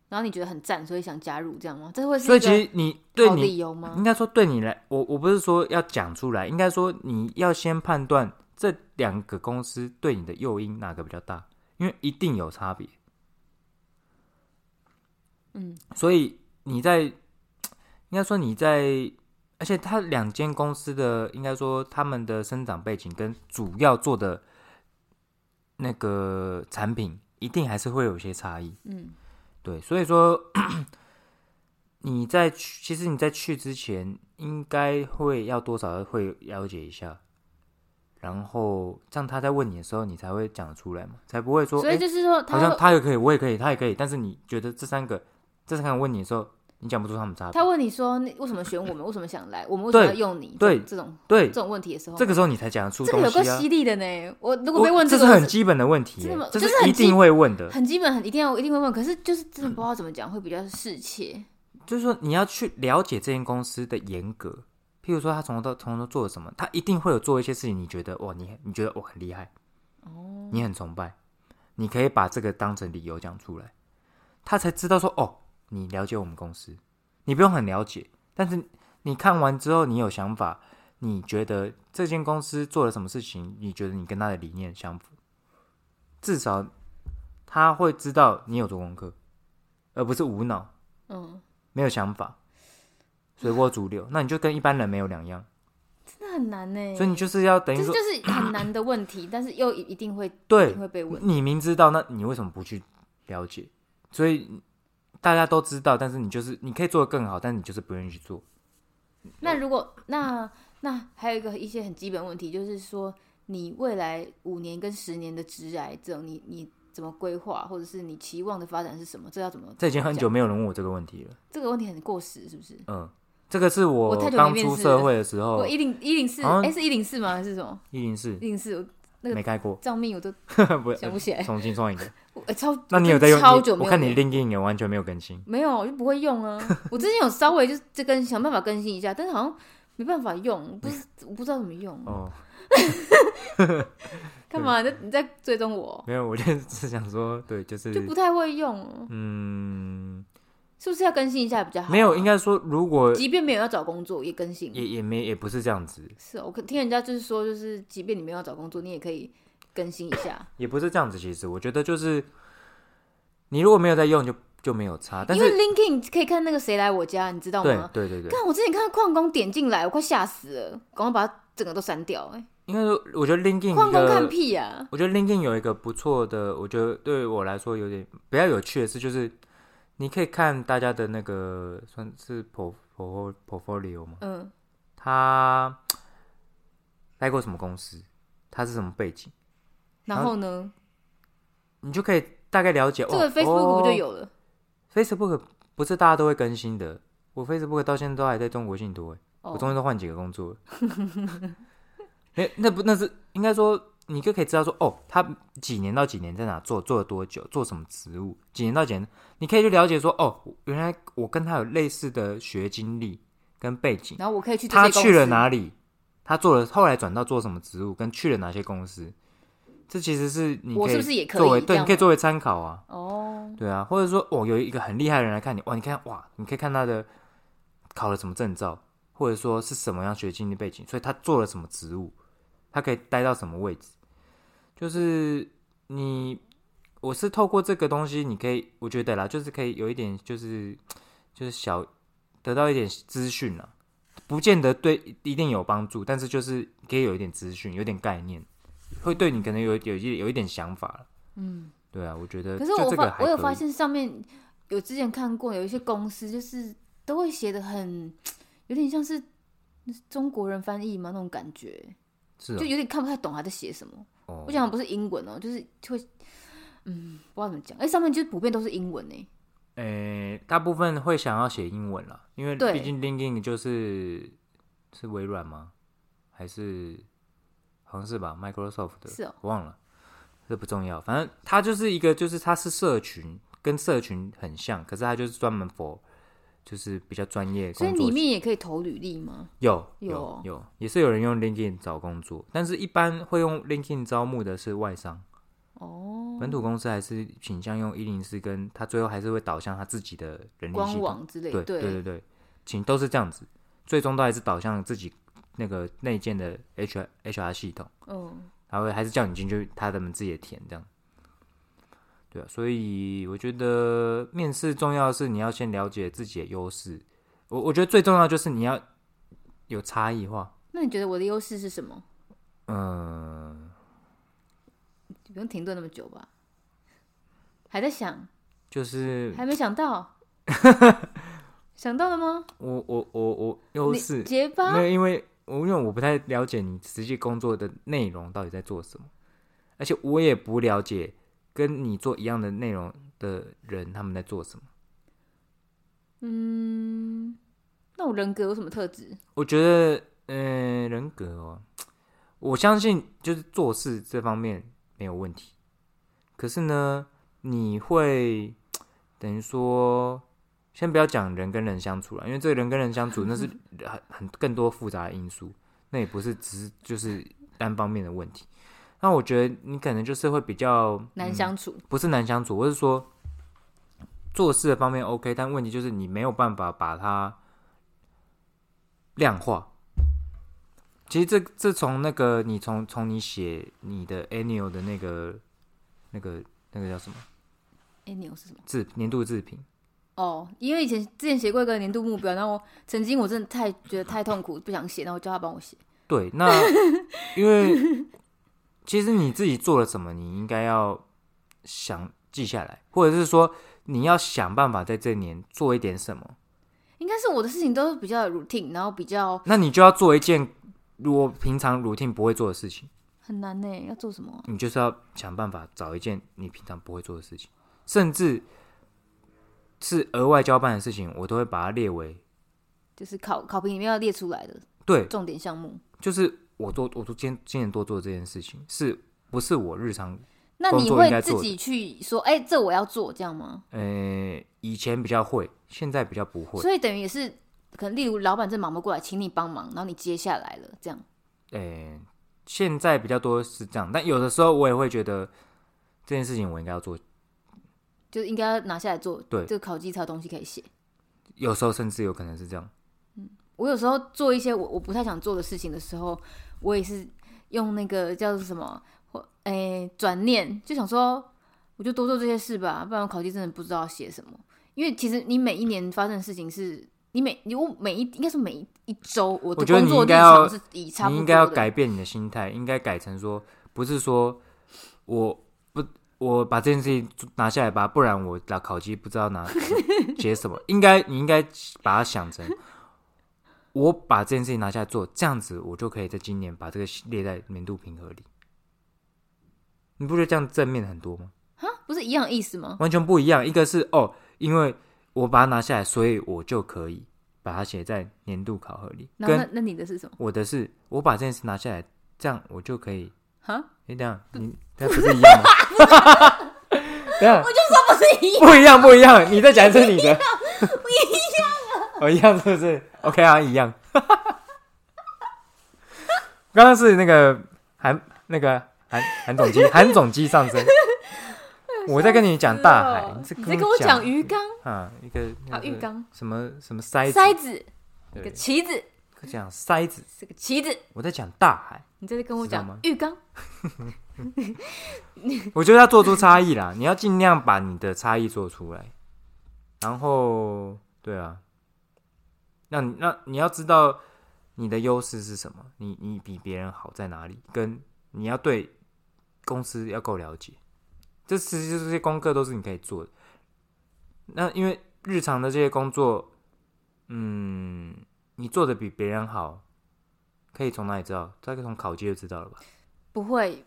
B: 然后你觉得很赞，所以想加入这样吗？这会
A: 所
B: 是
A: 以
B: 一
A: 其
B: 个
A: 实你对
B: 好
A: 你
B: 理由吗
A: 应？该说对你来，我我不是说要讲出来，应该说你要先判断这两个公司对你的诱因哪个比较大，因为一定有差别。
B: 嗯，
A: 所以你在应该说你在，而且它两间公司的应该说他们的生长背景跟主要做的那个产品，一定还是会有一些差异。
B: 嗯，
A: 对，所以说你在去，其实你在去之前，应该会要多少会了解一下，然后这样他在问你的时候，你才会讲得出来嘛，才不会说，
B: 所以
A: 诶
B: 就是说
A: 好
B: 他
A: 像
B: 会
A: 他也可以，我也可以，他也可以，但是你觉得这三个这三个人问你的时候，你讲不出他们差别。
B: 他问你说你为什么选我们，为什么想来，我们为什么要
A: 对
B: 用你？
A: 对
B: 这种
A: 对
B: 这，种问题的时候，
A: 这个时候你才讲得出
B: 这个
A: 东
B: 有够
A: 西啊
B: 犀。利的呢。我如果
A: 我
B: 被问
A: 这
B: 个，
A: 是
B: 我
A: 很基本的问题
B: 真的吗
A: 欸，这
B: 就是是很
A: 一
B: 基
A: 定会问的。
B: 很基本，很一定要一定会问，可是就是真的不知道怎么讲会比较适切。
A: 就是说你要去了解这间公司的严格，譬如说他从头到从头做了什么，他一定会有做一些事情，你觉得哇，你你觉得我很厉害，哦，你很崇拜，你可以把这个当成理由讲出来，他才知道说哦，你了解我们公司，你不用很了解，但是你看完之后，你有想法，你觉得这间公司做了什么事情，你觉得你跟他的理念相符，至少他会知道你有做功课，而不是无脑。
B: 嗯，
A: 没有想法，随波逐流，那你就跟一般人没有两样。
B: 真的很难呢。
A: 所以你就是要等于
B: 嗯这
A: 说，
B: 就是很难的问题，但是又一一定会一
A: 对
B: 定，会被问。
A: 你明知道，那你为什么不去了解？所以大家都知道，但是你就是你可以做得更好，但是你就是不愿意去做。
B: 那如果那那还有一个一些很基本问题，就是说你未来五年跟十年的职涯这种，你你怎么规划，或者是你期望的发展是什么？这要怎么？
A: 这已经很久没有人问我这个问题了。
B: 这个问题很过时，是不是？
A: 嗯，这个是我
B: 我太久没
A: 刚
B: 面
A: 出
B: 试
A: 社
B: 了
A: 会的时候
B: 我，一零一零四，
A: 好像
B: 哎，是一零四吗？还是什么？
A: 一零四
B: 一零四，我那个
A: 没开 过，
B: 账面我都
A: 不，
B: 想不起来
A: 重新创一个。
B: 我哎超
A: 呃那你有
B: 我真
A: 在用？
B: 的超
A: 你
B: 久没
A: 我
B: 有
A: 看你
B: 用
A: LinkedIn 也完全没有更新。
B: 没有，我就不会用啊。我之前有稍微就是这跟想办法更新一下，但是好像没办法用， 不是我不知道怎么用。
A: 哦，
B: 干嘛？你在你在追踪我？
A: 没有，我就是想说，对，就是
B: 就不太会用，
A: 嗯，
B: 是不是要更新一下比较好？啊
A: 没有，应，该说如果
B: 即便没有要找工作，也更新。
A: 也也没也不是这样子，
B: 是哦，我可听人家就是说，就是即便你没有要找工作，你也可以更新一下，
A: 也不是这样子。其实我觉得就是，你如果没有在用就，就没有差。但
B: 因为
A: 是
B: LinkedIn 可以看那个谁来我家，你知道
A: 对
B: 吗？
A: 对对对，
B: 看我之前看到矿工点进来，我快吓死了，赶快把它整个都删掉、哎，
A: 应该说，我觉得 LinkedIn
B: 矿
A: 一
B: 工看
A: 个，
B: 屁啊！
A: 我觉得 LinkedIn 有一个不错的，我觉得对我来说有点比较有趣的是，就是你可以看大家的那个算是 port port portfolio 吗？
B: 嗯，
A: 他待过什么公司？他是什么背景？
B: 然后
A: 哦
B: 呢，
A: 你就可以大概了解。
B: 这个
A: 哦
B: Facebook 不就
A: 哦
B: 有了？
A: Facebook 不是大家都会更新的，我 Facebook 到现在都还在中国信托、欸，我
B: 哦，
A: 中间都换几个工作了。 那那不那是应该说，你就可以知道说，哦，他几年到几年在哪做，做了多久，做什么职务，几年到几年，你可以去了解说，哦，原来我跟他有类似的学经历跟背景，
B: 然后我可以去这些
A: 他去了
B: 公司
A: 哪里，他做了后来转到做什么职务，跟去了哪些公司，这其实是你
B: 我
A: 可
B: 是
A: 以
B: 不是也可以
A: 作为
B: 这
A: 对，
B: 样
A: 你可以
B: 吗
A: 作为参考啊。
B: 哦，
A: 对啊，或者说哦，有一个很厉害的人来看你，哇，你看哇，你可以看他的考了什么证照，或者说是什么样学经历背景，所以他做了什么职务，他可以待到什么位置，就是你，我是透过这个东西，你可以，我觉得啦，就是可以有一点，就是就是小得到一点资讯啦，不见得对一定有帮助，但是就是可以有一点资讯，有点概念，会对你可能有有一有一点想法了。
B: 嗯，
A: 对啊，我觉得
B: 可是
A: 就
B: 我
A: 这个
B: 发
A: 还
B: 我有
A: 可
B: 发
A: 以
B: 现上面有之前看过有一些公司就是都会写的很有点像是中国人翻译嘛那种感觉，
A: 是、哦、
B: 就有点看不太懂他在写什么。
A: 哦
B: 我讲的不是英文哦，就是会嗯不知道怎么讲，哎、上面就是普遍都是英文欸呢。
A: 诶、大部分会想要写英文啦，因为
B: 对
A: 毕竟 LinkedIn 就是是微软吗？还是好像是吧，Microsoft 的，
B: 是哦
A: 我忘了，这不重要。反正它就是一个，就是它是社群，跟社群很像，可是它就是专门 for 就是比较专业
B: 所以
A: 工作
B: 里
A: 者。
B: 面也可以投履历吗？
A: 有
B: 有
A: 有
B: 哦
A: 有，也是有人用 LinkedIn 找工作，但是一般会用 LinkedIn 招募的是外商，
B: 哦，
A: 本土公司还是倾向用一零四，跟他最后还是会导向他自己的人力系
B: 官
A: 统。
B: 网之类，
A: 对对对对，请都是这样子，最终都还是导向自己那个内建的 HR HR 系统，
B: 嗯，
A: 他会还是叫你进去他的们自己的填这样。对啊，所以我觉得面试重要的是你要先了解自己的优势，我我觉得最重要就是你要有差异化，
B: 那你觉得我的优势是什么？
A: 嗯，
B: 不用停顿那么久吧？还在想，
A: 就是
B: 还没想 到，想到了吗？
A: 我我我我优
B: 你
A: 势
B: 结
A: 没
B: 巴
A: 有，因为我因为我不太了解你实际工作的内容到底在做什么，而且我也不了解跟你做一样的内容的人他们在做什么。
B: 嗯，那我人格有什么特质？
A: 我觉得，嗯、人格哦，我相信就是做事这方面没有问题。可是呢，你会等于说，先不要讲人跟人相处了，因为这个人跟人相处那 是很很更多复杂的因素，那也不是只是就是单方面的问题。那我觉得你可能就是会比较
B: 难
A: 嗯
B: 相处，
A: 不是难相处，我是说做事的方面 OK，但问题就是你没有办法把它量化。其实这这从那个你从从你写你的 annual 的那个那个那个叫什么
B: 哎、你有是什么？
A: 自年度自评，
B: 哦，因为以前之前写过一个年度目标，然后我曾经我真的太觉得太痛苦，不想写，然后我叫他帮我写。
A: 对，那因为其实你自己做了什么，你应该要想记下来，或者是说你要想办法在这年做一点什么。
B: 应该是我的事情都是比较 routine，然后比较
A: 那你就要做一件我平常 routine 不会做的事情，
B: 很难呢、要做什么啊、
A: 你就是要想办法找一件你平常不会做的事情，甚至是额外交办的事情，我都会把它列为
B: 就是考考评里面要列出来的
A: 对，
B: 重点项目。
A: 就是我做我做今今年多做这件事情，是不是我日常
B: 那
A: 工
B: 你
A: 作应该
B: 会自
A: 做
B: 己去说，哎、这我要做，这样吗？
A: 呃以前比较会，现在比较不会，
B: 所以等于也是，可能例如老板正忙不过来，请你帮忙，然后你接下来了，这样。
A: 呃现在比较多是这样，但有的时候我也会觉得这件事情我应该要做，
B: 就应该要拿下来做，
A: 对
B: 这个考绩才有东西可以写。
A: 有时候甚至有可能是这样，
B: 我有时候做一些我我不太想做的事情的时候，我也是用那个叫做什么，或诶转念，就想说我就多做这些事吧，不然我考绩真的不知道写什么。因为其实你每一年发生的事情是，你每你我每一应该说每一一周我的
A: 觉得
B: 工
A: 你
B: 作
A: 应
B: 日
A: 该要
B: 常是以差不
A: 你
B: 多
A: 应该要
B: 的
A: 改变你的心态，应该改成说，不是说我不我把这件事情拿下来吧，不然我打烤鸡不知道拿 写什么。应该你应该把它想成，我把这件事情拿下来做，这样子我就可以在今年把这个列在年度评核里。你不觉得这样正面很多吗？
B: 啊，不是一样的意思吗？
A: 完全不一样。一个是哦，因为我把它拿下来，所以我就可以把它写在年度考核里，
B: 然后
A: 跟
B: 那那你的是什么？
A: 我的是，我把这件事拿下来，这样我就可以。
B: 哈，
A: 你等一下，你那不是一样吗？ 等一下，
B: 不是一样，
A: 不一样，不一样。你再讲一次你的，不一样啊！哦，一样是不是？OK 啊，一样。刚刚是那个韩那个韩韩总机，韩总机上升。我在跟你讲大海，
B: 哦你
A: 在
B: 在跟我讲鱼缸
A: 啊，一个那
B: 啊，
A: 个
B: 浴缸、
A: 什么什么塞子，
B: 塞子、一个
A: 对，
B: 旗子、
A: 讲塞子。
B: 是个旗子，
A: 我在讲大海。
B: 你在这跟我
A: 知道吗
B: 讲浴缸。
A: 我觉得要做出差异啦，你要尽量把你的差异做出来。然后，对啊，那你那你要知道你的优势是什么，你你比别人好在哪里，跟你要对公司要够了解。这其实这些功课都是你可以做的。那因为日常的这些工作，嗯，你做的比别人好，可以从哪里知道？大概从考绩就知道了吧？
B: 不会，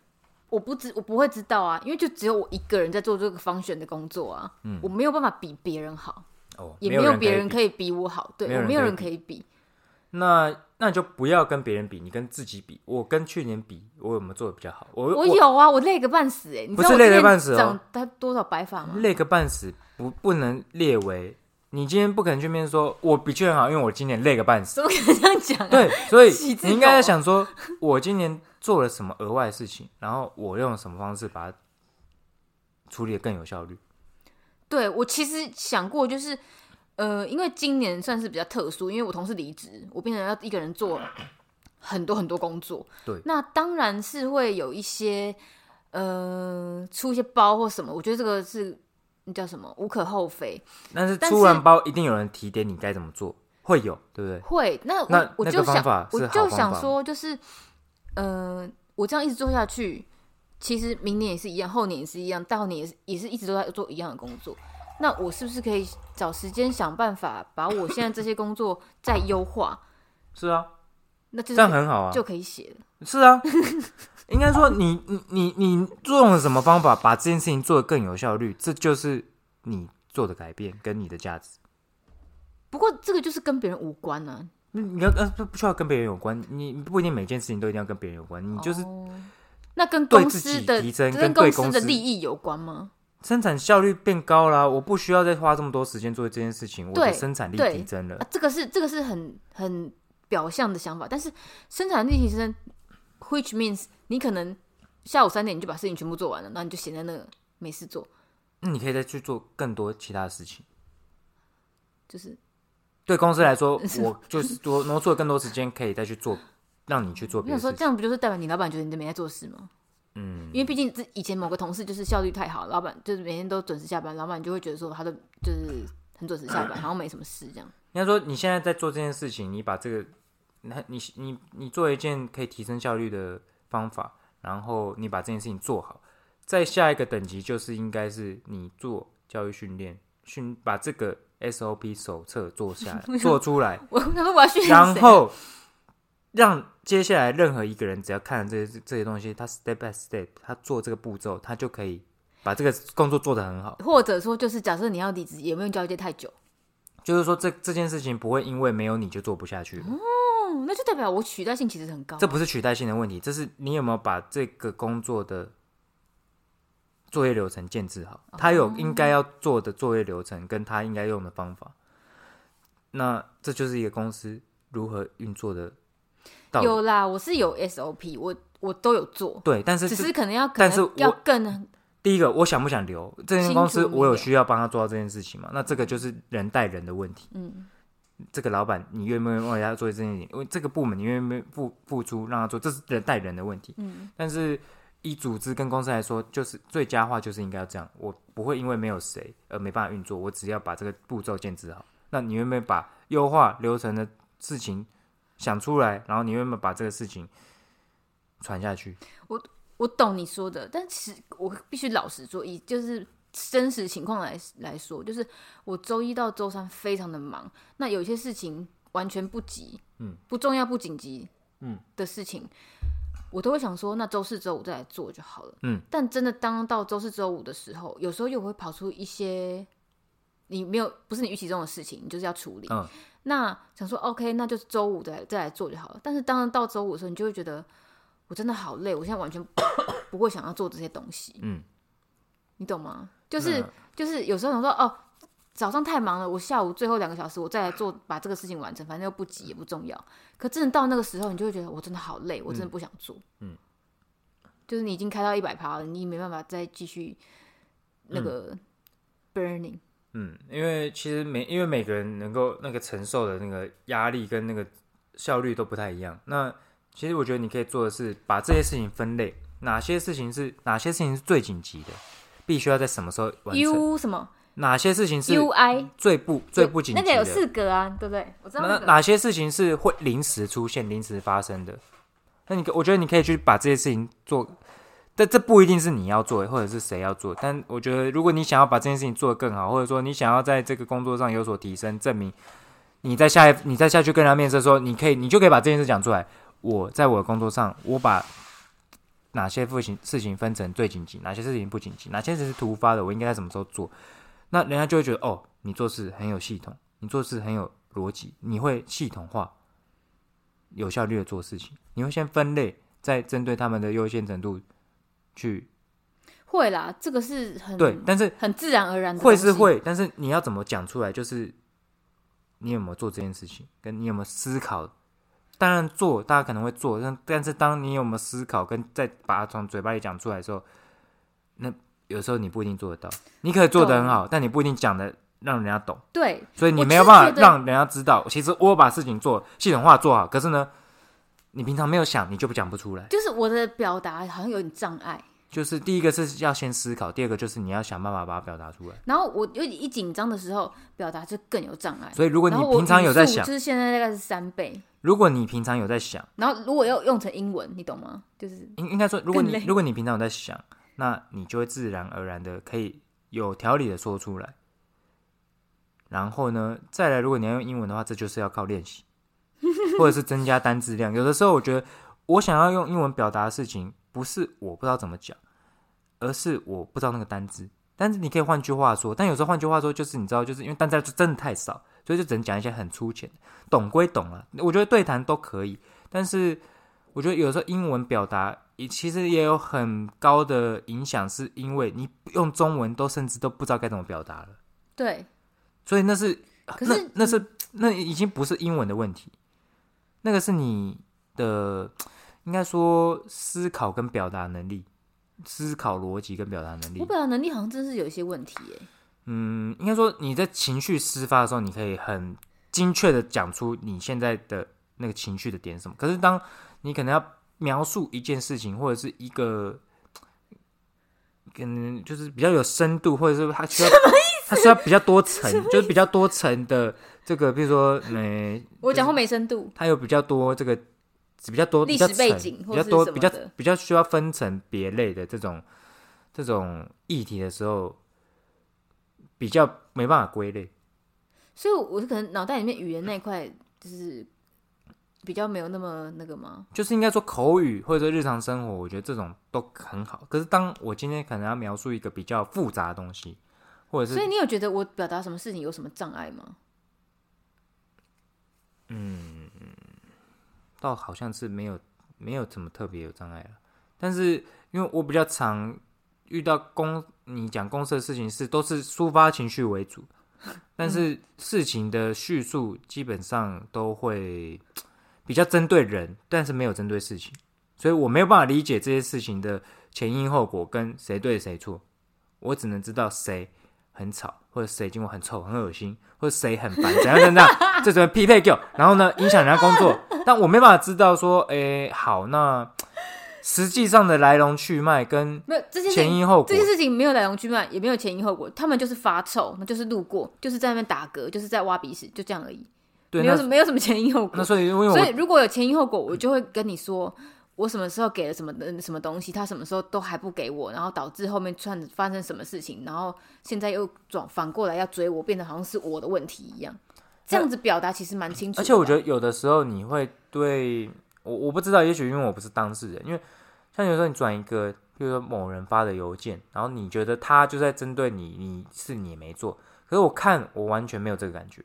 B: 我不知我不会知道啊，因为就只有我一个人在做这个方选的工作啊，
A: 嗯
B: 我没有办法比别人好，
A: 哦，
B: 也
A: 没
B: 没有
A: 可以
B: 别人
A: 比
B: 可以比我好，对
A: 没有
B: 我
A: 人
B: 没有
A: 可以
B: 人可以比。
A: 那那你就不要跟别人比，你跟自己比。我跟去年比，我有没有做的比较好？我
B: 我有啊，我累个半死哎、你知
A: 不
B: 道
A: 是
B: 我
A: 累
B: 今
A: 得
B: 天
A: 半死哦
B: 长他多少白发吗？
A: 累个半死，不不能列为你今天不可能去面说我比去年好，因为我今年累个半死。
B: 怎么可以这样讲啊？
A: 对，所 以
B: 喜字
A: 你应该
B: 头
A: 在想说，我今年做了什么额外的事情，然后我用什么方式把它处理的更有效率。
B: 对我其实想过，就是呃，因为今年算是比较特殊，因为我同事离职，我变成要一个人做很多很多工作。
A: 对
B: 那当然是会有一些呃出一些包或什么，我觉得这个是那叫什么无可厚非。
A: 但是
B: 但
A: 突然
B: 是
A: 包一定有人提点你该怎么做，会有，对不对？
B: 会，那我
A: 那
B: 我
A: 那
B: 就
A: 个方
B: 想，
A: 法是
B: 我
A: 好
B: 就
A: 方
B: 想
A: 法
B: 说，就是呃，我这样一直做下去，其实明年也是一样，后年也是一样，大后年也是也是一直都在做一样的工作。那我是不是可以找时间想办法把我现在这些工作再优化？
A: 是啊，
B: 那就
A: 这
B: 是
A: 样很好啊，
B: 就可以写了。
A: 是啊， 应该说你你你你用了什么方法把这件事情做得更有效率，这就是你做的改变跟你的价值。
B: 不过这个就是跟别人无关啊
A: 你
B: 呢、
A: 你要呃不不需要跟别人有关，你你不一定每件事情都一定要跟别人有关，你就是
B: 哦那跟
A: 对
B: 公
A: 自
B: 司
A: 己
B: 的
A: 提升
B: 这
A: 跟
B: 公
A: 对
B: 司
A: 公
B: 的
A: 司
B: 利益有关吗？
A: 生产效率变高啦，我不需要再花这么多时间做这件事情，我的
B: 对
A: 生产力
B: 对
A: 提升了
B: 啊，，这个是这个是很很表象的想法，但是生产力提升，which means 你可能下午三点你就把事情全部做完了，那你就闲在那没事做，
A: 那你可以再去做更多其他的事情。
B: 就是
A: 对公司来 说，我就是多挪出了更多时间，可以再去做，让你去做
B: 我
A: 别
B: 想
A: 的
B: 说
A: 事
B: 这
A: 情。
B: 样不就是代表你老板觉得你都没在做事吗？嗯，因为毕竟之以前某个同事就是效率太好，老板就是每天都准时下班，老板就会觉得说他都就是很准时下班，好像没什么事这样。
A: 应该说，你现在在做这件事情，你把这个，那你你你做一件可以提升效率的方法，然后你把这件事情做好，在下一个等级就是应该是你做教育训练，训把这个 SOP 手册做下来，做出来，
B: 我想说我要训练
A: 然
B: 谁
A: 后让接下来任何一个人只要看了这些这些东西，他 step by step，他做这个步骤，他就可以把这个工作做得很好。
B: 或者说就是假设你要离职，也没有交接太久，
A: 就是说这这件事情不会因为没有你就做不下去了，
B: 嗯，那就代表我取代性其实很高。啊
A: 这不是取代性的问题，这是你有没有把这个工作的。作业流程建制好，他
B: 哦
A: 有应该要做的作业流程，跟他应该用的方法，那这就是一个公司如何运作的道理。
B: 有啦，我是有 SOP，我我都有做，
A: 对，但是
B: 只
A: 这
B: 是可能要可
A: 但是
B: 能要
A: 我
B: 更
A: 第一个，我想不想留这间公
B: 清
A: 司，
B: 楚明
A: 我有
B: 了
A: 需要帮他做到这件事情吗？那这个就是人带人的问题。
B: 嗯，
A: 这个老板，你愿不愿意为他做这件事情？因为这个部门，你愿不愿意付付出让他做？这是人带人的问题。
B: 嗯，
A: 但是以组织跟公司来说，就是最佳化就是应该要这样。我不会因为没有谁而没办法运作，我只要把这个步骤建制好。那你愿不愿意把优化流程的事情想出来？然后你愿不愿意把这个事情传下去？
B: 我懂你说的，但其实我必须老实说，以就是真实情况来来说，就是我周一到周三非常的忙，那有些事情完全不急，
A: 嗯，
B: 不重要不紧急，
A: 嗯
B: 的事情。我都会想说，那周四周五再来做就好了。
A: 嗯，
B: 但真的当到周四周五的时候，有时候又会跑出一些你没有不是你预期中的事情，你就是要处理。
A: 嗯
B: 那想说 OK，那就是周五再来再来做就好了。但是当到周五的时候，你就会觉得我真的好累，我现在完全不会想要做这些东西。
A: 嗯，
B: 你懂吗？就是、
A: 那
B: 就是有时候想说哦，早上太忙了，我下午最后两个小时我再来做，把这个事情完成，反正又不急也不重要。可真的到那个时候，你就会觉得我真的好累，我真的不想做。
A: 嗯
B: 就是你已经开到一百趴了，你没办法再继续那个 burning。
A: 嗯，因为其实每因为每个人能够那个承受的那个压力跟那个效率都不太一样。那其实我觉得你可以做的是把这些事情分类，哪些事情是哪些事情是最紧急的，必须要在什么时候完成？
B: U 什么
A: 哪些事情是
B: UI
A: 最不最不紧急
B: 那个有
A: 的？
B: 四格啊，对不对？我知道
A: 那
B: 那个
A: 哪些事情是会临时出现、临时发生的？那你可我觉得你可以去把这些事情做，但这不一定是你要做，或者是谁要做。但我觉得，如果你想要把这件事情做得更好，或者说你想要在这个工作上有所提升，证明你在下一你再下去跟人家面试的时候，你可以你就可以把这件事讲出来。我在我的工作上，我把哪些事情事情分成最紧急，哪些事情不紧急，哪些事情是突发的，我应该在什么时候做？那人家就会觉得哦，你做事很有系统，你做事很有逻辑，你会系统化、有效率的做事情，你会先分类，再针对他们的优先程度去
B: 会啦，这个是很
A: 对。但是
B: 很自然而然的
A: 会
B: 嗯东
A: 是
B: 西，
A: 会，但是你要怎么讲出来，就是你有没有做这件事情，跟你有没有思考。当然做，大家可能会做，但但是当你有没有思考，跟再把它从嘴巴里讲出来的时候，那有时候你不一定做得到。你可以做得很好，但你不一定讲的让人家懂。
B: 对
A: 所以你
B: 我
A: 没
B: 就
A: 有
B: 是
A: 办
B: 觉
A: 法
B: 得
A: 让人家知道，其实我有把事情做系统化做好，可是呢，你平常没有想，你就不讲不出来。
B: 就是我的表达好像有点障碍，
A: 就是第一个是要先思考，第二个就是你要想办法把它表达出来。
B: 然后我有一紧张的时候，表达就更有障碍。
A: 所以如果你
B: 然后我
A: 平常有在
B: 语速
A: 想
B: 就，是现在大概是三倍。
A: 如果你平常有在想，
B: 然后如果要用成英文，你懂吗？就是
A: 应应该说，如果
B: 更
A: 你
B: 累
A: 如果你平常有在想，那你就会自然而然的可以有条理的说出来。然后呢，再来，如果你要用英文的话，这就是要靠练习，或者是增加单字量。有的时候，我觉得我想要用英文表达的事情，不是我不知道怎么讲，而是我不知道那个单字。但是你可以换句话说，但有时候换句话说，就是你知道，就是因为单字就真的太少，所以就只能讲一些很粗浅的。懂归懂了、我觉得对谈都可以，但是我觉得有时候英文表达也其实也有很高的影响，是因为你用中文都甚至都不知道该怎么表达了，
B: 对，
A: 所以那是
B: 可是
A: 那那是那已经不是英文的问题，那个是你的应该说思考跟表达能力，思考逻辑跟表达能力
B: 我。表达能力好像真是有一些问题耶。
A: 嗯，应该说你在情绪抒发的时候，你可以很精确的讲出你现在的那个情绪的点是什么。可是当你可能要描述一件事情或者是一个，可能就是比较有深度，或者是它需要它需要比较多层，就是比较多层的这个，比如说，嗯，
B: 我讲话没深度，
A: 它有比较多这个比较多
B: 历
A: 比较
B: 史背
A: 层
B: 景
A: 比
B: 或
A: 较
B: 是
A: 多
B: 什
A: 比较
B: 么的
A: 比较需要分层别类的这种这种议题的时候，比较没办法归类。
B: 所以我是可能脑袋里面语言那一块就是比较没有那么那个嘛。
A: 就是应该说口语或者说日常生活，我觉得这种都很好。可是当我今天可能要描述一个比较复杂的东西，或者
B: 所
A: 是
B: 以你有觉得我表达什么事情有什么障碍吗？
A: 倒好像是没有没有怎么特别有障碍了。但是因为我比较常遇到公你讲公司的事情是都是抒发情绪为主，但是事情的叙述基本上都会比较针对人，但是没有针对事情，所以我没有办法理解这些事情的前因后果跟谁对谁错，我只能知道谁。很吵，或者谁今晚很臭、很恶心，或者谁很烦，怎样怎样怎样，这怎么匹配给我？然后呢，影响人家工作，但我没办法知道说，诶、好，那实际上的来龙去脉跟
B: 没有这件事
A: 前
B: 情，
A: 因后果
B: 这，件事情没有来龙去脉，也没有前因后果，他们就是发臭，那就是路过，就是在那边打嗝，就是在挖鼻屎，就这样而已，
A: 对，
B: 没有
A: 那
B: 什么没有什么前因后果
A: 那。所以因为我
B: 所以如果有前因后果，我就会跟你说，我什么时候给了什么的什么东西，他什么时候都还不给我，然后导致后面串发生什么事情，然后现在又转反过来要追我，变得好像是我的问题一样。这样子表达其实蛮清楚
A: 而
B: 的吧，
A: 且我觉得有的时候你会对我，我不知道，也许因为我不是当事人，因为像有时候你转一个，比如说某人发的邮件，然后你觉得他就在针对你，你是你也没做，可是我看我完全没有这个感觉，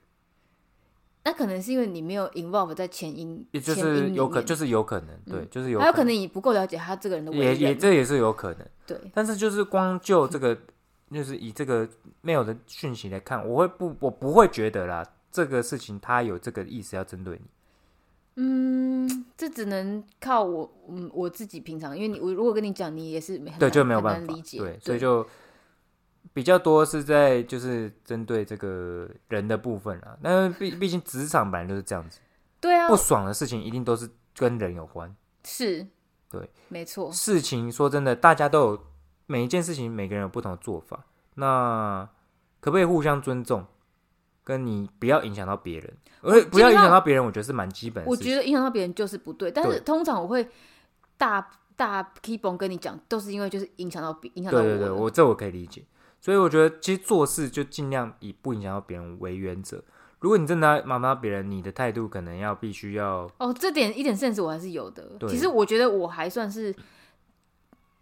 B: 那可能是因为你没有 involve 在前因，
A: 也就
B: 前因
A: 是
B: 里
A: 有可，
B: 面
A: 就是有可能，对，就是有
B: 还有可能你不够了解他这个人的为
A: 也
B: 人，
A: 也这也是有可能。
B: 对，
A: 但是就是光就这个，就是以这个 mail 的讯息来看，我会不，我不会觉得啦，这个事情他有这个意思要针对你。
B: 嗯，这只能靠我，嗯，我自己平常，因为你我如果跟你讲，你也是很
A: 对，
B: 难
A: 就没有
B: 很
A: 办
B: 难
A: 法，
B: 理解，
A: 对，所以就比较多是在就是针对这个人的部分啦。那毕毕竟职场本来就是这样子，
B: 对啊
A: 不，爽的事情一定都是跟人有关。
B: 是，
A: 对，
B: 没错，
A: 事情说真的，大家都有每一件事情，每个人有不同的做法。那可不可以互相尊重？跟你不要影响到别人，而不要影响到别人，我觉得是蛮基本的
B: 我
A: 事情。
B: 觉得影响到别人就是不对，但
A: 对
B: 是通常我会大大 keep on 跟你讲，都是因为就是影响到别影响到
A: 对
B: 我
A: 对
B: 了。
A: 对，我这我可以理解。所以我觉得，其实做事就尽量以不影响到别人为原则。如果你真的要麻烦到别人，你的态度可能要必须要
B: 哦，这点一点 sense 我还是有的。
A: 对
B: 其实我觉得我还算是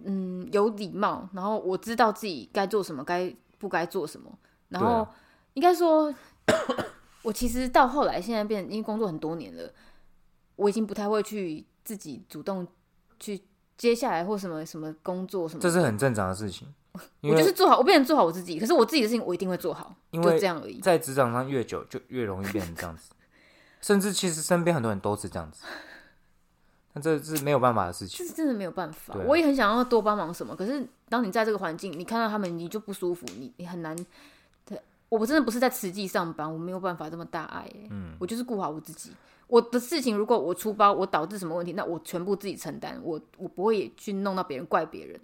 B: 嗯有礼貌，然后我知道自己该做什么，该不该做什么，然
A: 对
B: 后
A: 啊
B: 应该说，我其实到后来现在变，因为工作很多年了，我已经不太会去自己主动去接下来或什么什么工作什么
A: 这
B: 的，
A: 是很正常的事情。因
B: 我就
A: 为
B: 是做好，我变成做好我自己。可是我自己的事情，我一定会做好，
A: 因
B: 就
A: 为
B: 这样而已。
A: 在职场上越久，就越容易变成这样 子。甚至其实身边很多人都是这样子，那这是没有办法的事
B: 这
A: 情。
B: 是真的没有办法
A: 对啊。
B: 我也很想要多帮忙什么，可是当你在这个环境，你看到他们，你就不舒服，你你很难。我真的不是在慈济上班，我没有办法这么大爱、欸。嗯，我就是顾好我自己。我的事情如果我出包，我导致什么问题，那我全部自己承担。我我不会也去弄到别人，怪别人。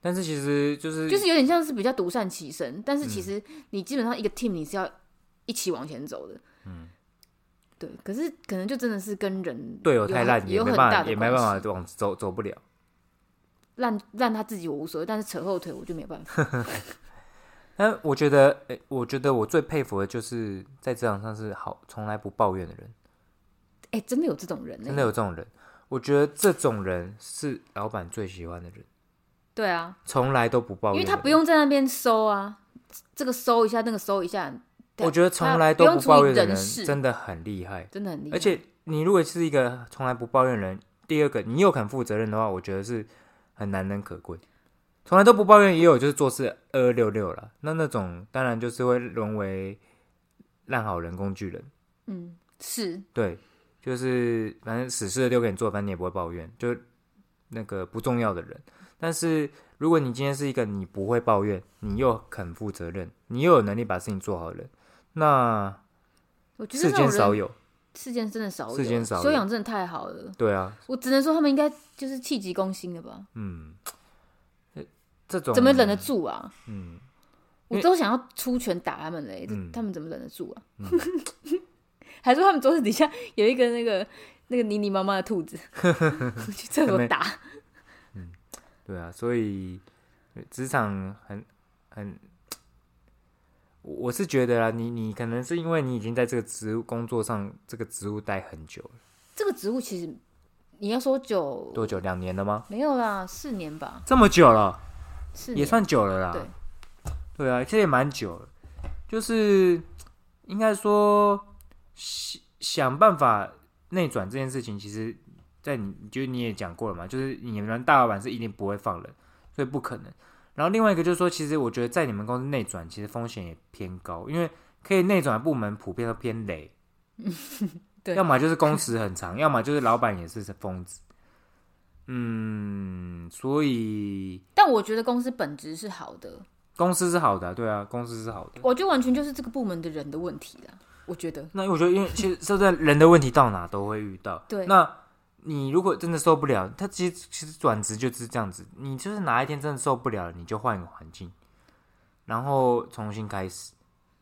A: 但是其实就是
B: 就是有点像是比较独善其身，但是其
A: 嗯
B: 实你基本上一个 team 你是要一起往前走的。嗯，对。可是可能就真的是跟人
A: 队友
B: 有
A: 太
B: 很
A: 烂，也
B: 有
A: 没
B: 很
A: 办
B: 大
A: 法，
B: 的
A: 也没办
B: 关系
A: 法往走走不了。
B: 烂烂他自己我无所谓，但是扯后腿我就没有 办法。
A: 但我觉得，诶、我觉得我最佩服的就是在职场上是好从来不抱怨的人。
B: 哎、真的有这种人、呢？
A: 真的有这种人，我觉得这种人是老板最喜欢的人，
B: 对啊，
A: 从来都不抱
B: 因
A: 怨，
B: 为他不，用在那边搜啊，这个搜一下，那个搜一下，对
A: 我觉得从来
B: 不
A: 都
B: 用
A: 不
B: 处理
A: 抱怨的
B: 人
A: 人
B: 事
A: 真的很厉害，
B: 真的很厉害。
A: 而且你如果是一个从来不抱怨的人，第二个你又肯负责任的话，我觉得是很难能可贵。从来都不抱怨，也有就是做事二二六六了，那那种当然就是会沦为烂好人、工具人。
B: 嗯，是
A: 对，就是反正死事的丢给你做，反正你也不会抱怨，就那个不重要的人。但是如果你今天是一个你不会抱怨，你又肯负责任，你又有能力把事情做好的人，那
B: 我觉得
A: 世
B: 那种
A: 间少
B: 人
A: 有。
B: 世间真的少有，啊
A: 世间少有
B: 修养真的太好了。
A: 对啊，
B: 我只能说他们应该就是气急攻心了吧？
A: 嗯，这种
B: 怎么忍得住啊？
A: 嗯，因
B: 我
A: 为
B: 都想要出拳打他们嘞，这
A: 嗯
B: 他们怎么忍得住啊？
A: 嗯
B: 还说他们桌子底下有一个那个那个泥泥妈妈的兔 子，去厕所打。
A: 对啊，所以呃职场很很，我我是觉得啊，你你可能是因为你已经在这个职务工作上这个职务待很久了，
B: 这个植物其实你要说久
A: 多久？两年了吗？
B: 没有啦，四年吧，
A: 这么久了，
B: 四
A: 也
B: 年。
A: 算久了啦。
B: 对，
A: 啊，其实也蛮久了。就是应该说想想办法内转这件事情，其实在你就是你也讲过了嘛，就是你们大老板是一定不会放人，所以不可能。然后另外一个就是说，其实我觉得在你们公司内转，其实风险也偏高，因为可以内转的部门普遍都偏雷，
B: 对
A: 要么就是工时很长， 要么就是老板也是疯子。嗯，所以
B: 但我觉得公司本质是好的，
A: 公司是好的啊、对啊，公司是好的。
B: 我觉得完全就是这个部门的人的问题啦。我觉得，
A: 那我觉得，因为其实现在人的问题到哪都会遇到。
B: 对
A: 那你如果真的受不了，他其实其实转职就是这样子，你就是哪一天真的受不了了，你就换一个环境，然后重新开始，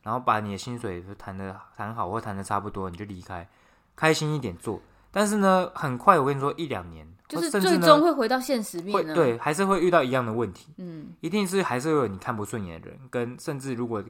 A: 然后把你的薪水就谈的谈好或谈的差不多，你就离开，开心一点做。但是呢，很快我跟你说，一两年，
B: 就
A: 或
B: 是
A: 哦甚至
B: 最
A: 呢
B: 终会回到现实
A: 会
B: 面啊。，
A: 对，还是会遇到一样的问题。
B: 嗯，
A: 一定是还是会有你看不顺眼的人，跟甚至如果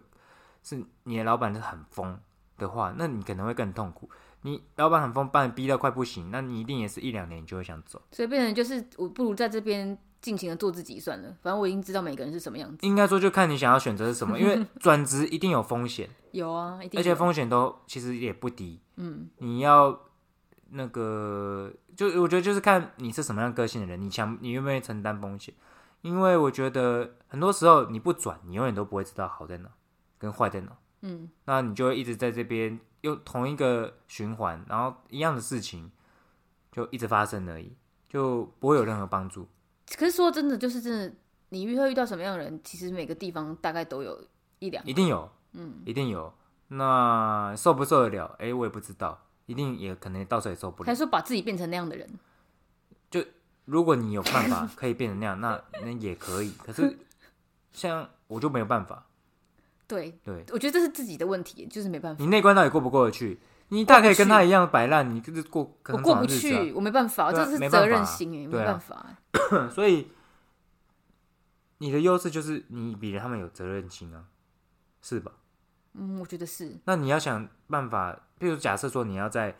A: 是你的老板是很疯的话，那你可能会更痛苦。你老板很疯，把你逼到快不行，那你一定也是一两年你就会想走。
B: 所以变成就是我不如在这边尽情的做自己算了，反正我已经知道每个人是什么样子。
A: 应该说，就看你想要选择是什么，因为 转职一定有风险，
B: 有啊，一定有。
A: 而且风险都其实也不低。
B: 嗯，
A: 你要那个，就我觉得就是看你是什么样个性的人，你想你愿不愿意承担风险？因为我觉得很多时候你不转，你永远都不会知道好在哪跟坏在哪。
B: 嗯，
A: 那你就会一直在这边用同一个循环，然后一样的事情就一直发生而已，就不会有任何帮助。
B: 可是说真的，就是真的，你遇会遇到什么样的人，其实每个地方大概都有一两个
A: 一定有，嗯，一定有。那受不受得了？哎、我也不知道，一定也可能到时候也受不了
B: 还。说把自己变成那样的人，
A: 如果你有办法可以变成那样，那那也可以。可 是像我就没有办法，
B: 对
A: 对
B: 我觉得这是自己的问题，就是没办法，
A: 你那关到底过不过得去？你大可以跟他
B: 过不
A: 一样摆烂，你就是过
B: 我
A: 很
B: 过
A: 爽
B: 不
A: 的日子、啊。
B: 去，我没办法，
A: 对啊
B: 这是
A: 没
B: 责
A: 办法啊
B: 任心哎，没
A: 对啊
B: 办法，
A: 所以你的优势就是你比他们有责任心啊，是吧？
B: 嗯，我觉得是，
A: 那你要想办法，比如假设说你要在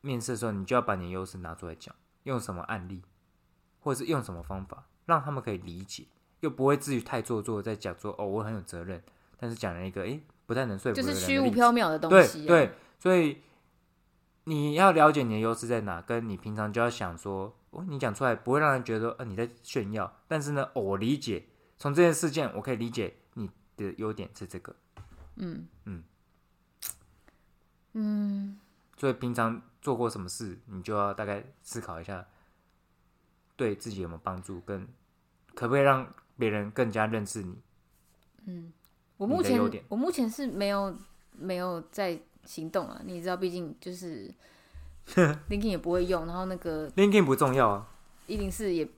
A: 面试的时候，你就要把你的优势拿出来讲，用什么案例，或者是用什么方法，让他们可以理解，又不会至于太做作，在讲说哦我很有责任，但是讲了一个诶不太能说服
B: 就
A: 人的
B: 是
A: 例子，
B: 虚无缥缈的东
A: 对
B: 西、啊，
A: 对，所以你要了解你的优势在哪，跟你平常就要想说，哦，你讲出来不会让人觉得说，呃，你在炫耀。但是呢，哦、我理解，从这件事件我可以理解你的优点是这个，
B: 嗯
A: 嗯
B: 嗯，
A: 所以平常做过什么事，你就要大概思考一下，对自己有没有帮助，跟可不可以让别人更加认识你。
B: 我
A: 你
B: 目
A: 的
B: 前
A: 优点
B: 我目前是没有没有在行动啊，你知道，毕竟就是 LinkedIn 也不会用，然后那个
A: LinkedIn 不重要啊，
B: 一零四也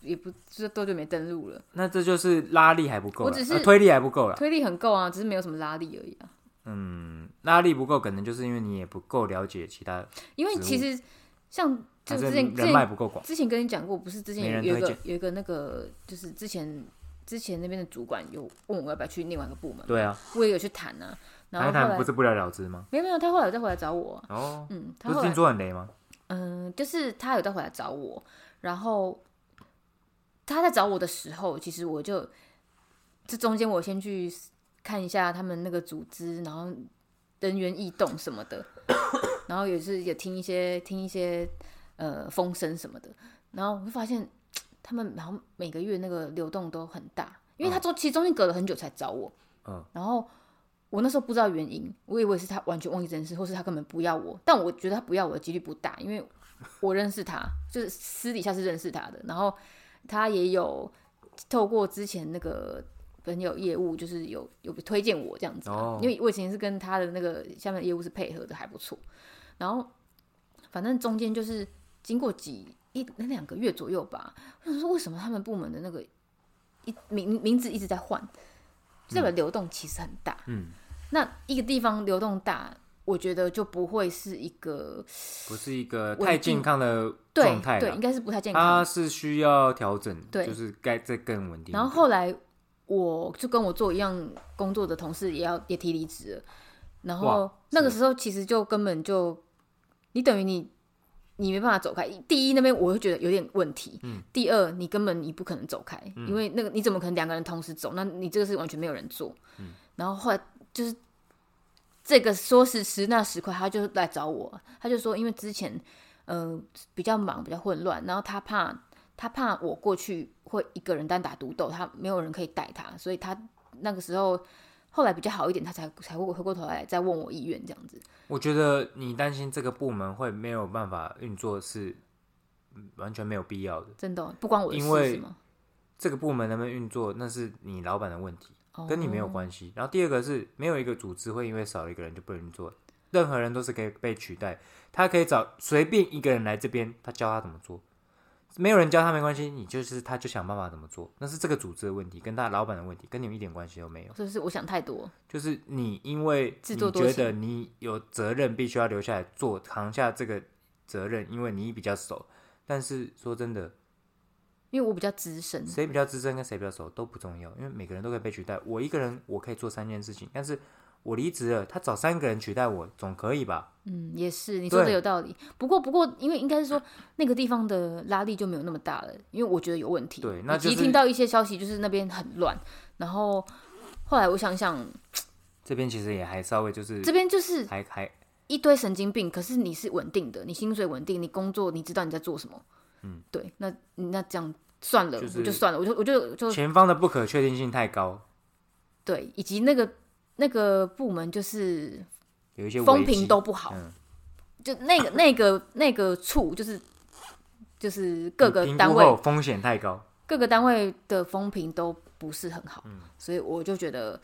B: 也不就是多久没登录了，
A: 那这就是拉力还不够
B: 我
A: 啦，
B: 只
A: 呃
B: 是
A: 推力还不够了。
B: 推力很够啊，只是没有什么拉力而已啊。
A: 嗯，拉力不够，可能就是因为你也不够了解其他，
B: 因为
A: 植物
B: 其实像
A: 还
B: 就之
A: 是
B: 前之
A: 人脉
B: 前
A: 不够广。
B: 之前跟你讲过，不是之
A: 没
B: 前
A: 人
B: 有
A: 推
B: 一个
A: 荐
B: 有一个那个就是之前之前那边的主管有问我要不要去另外一个部门，
A: 对啊，
B: 我也有去谈啊，然后
A: 谈谈
B: 后来
A: 不是不了了之吗？
B: 没有没有，他后来有再回来找我啊、
A: 哦，
B: 嗯，他
A: 不
B: 后
A: 是
B: 来
A: 听说很雷吗？
B: 嗯，就是他有再回来找我，然后他在找我的时候，其实我就这中间我先去看一下他们那个组织，然后人员异动什么的， 然后也是也听一些听一些呃风声什么的，然后我就发现他们好像每个月那个流动都很大，因为他中其实中间隔了很久才找我，
A: 嗯，
B: 然后我那时候不知道原因，我以为是他完全忘记这件事，或是他根本不要我，但我觉得他不要我的几率不大，因为我认识他，就是私底下是认识他的，然后他也有透过之前那个朋友业务，就是有有推荐我这样子啊、
A: 哦
B: 因为我以前是跟他的那个下面的业务是配合的还不错，然后反正中间就是经过几一那两个月左右吧，我想说为什么他们部门的那个一名名字一直在换，就代表流动其实很大。
A: 嗯，
B: 那一个地方流动大，我觉得就不会是一个
A: 不是一个
B: 稳
A: 太
B: 定
A: 健康的
B: 对
A: 状态啊
B: 对，应
A: 了，
B: 该是不太健康的。
A: 它是需要调整，
B: 对
A: 就是该再更稳定一点。
B: 然后后来我就跟我做一样工作的同事也要也提离职了，然后
A: 哇
B: 那个时候其实就根本就你等于你你没办法走开。第一那边我会觉得有点问题，第二你根本你不可能走开，因为那个你怎么可能两个人同时走？那你这个是完全没有人做。然后后来就是这个说时迟那时快，他就来找我，他就说因为之前呃比较忙比较混乱，然后他怕他怕我过去会一个人单打独斗，他没有人可以带他，所以他那个时候后来比较好一点，他才才会回过头来再问我意愿这样子。
A: 我觉得你担心这个部门会没有办法运作是嗯完全没有必要的。
B: 真的哦、不关我的
A: 因为
B: 事是吗？
A: 这个部门能不能运作，那是你老板的问题，
B: 哦
A: 跟你没有关系。然后第二个是，没有一个组织会因为少了一个人就不能运作，任何人都是可以被取代。他可以找随便一个人来这边，他教他怎么做，没有人教他没关系，你就是他就想办法怎么做，那是这个组织的问题，跟他老板的问题，跟你们一点关系都没有。
B: 就是我想太多，
A: 就是你因为
B: 自
A: 你
B: 作多
A: 觉
B: 情
A: 得你有责任，必须要留下来做扛下这个责任，因为你比较熟。但是说真的，
B: 因为我比较资深，
A: 谁比较资深跟谁比较熟都不重要，因为每个人都可以被取代。我一个人我可以做三件事情，但是我离职了，他找三个人取代我，总可以吧？
B: 嗯，也是，你说的
A: 对
B: 有道理。不过，不过，因为应该是说那个地方的拉力就没有那么大了，因为我觉得有问题。
A: 对那
B: 以及
A: 就是
B: 听到一些消息，就是那边很乱。然后后来我想想，
A: 这边其实也还稍微就是
B: 这边就是
A: 还还
B: 一堆神经病，可是你是稳定的，你薪水稳定，你工作你知道你在做什么。嗯，对，那那这样算了，
A: 就是
B: 我就算了，我就我就就
A: 前方的不可确定性太高，
B: 对，以及那个那个部门就是
A: 有一些
B: 风
A: 危机
B: 评都不好，
A: 嗯
B: 就那个那个那个处就是就是各个
A: 评估
B: 单位
A: 后风险太高，
B: 各个单位的风评都不是很好，
A: 嗯
B: 所以我就觉得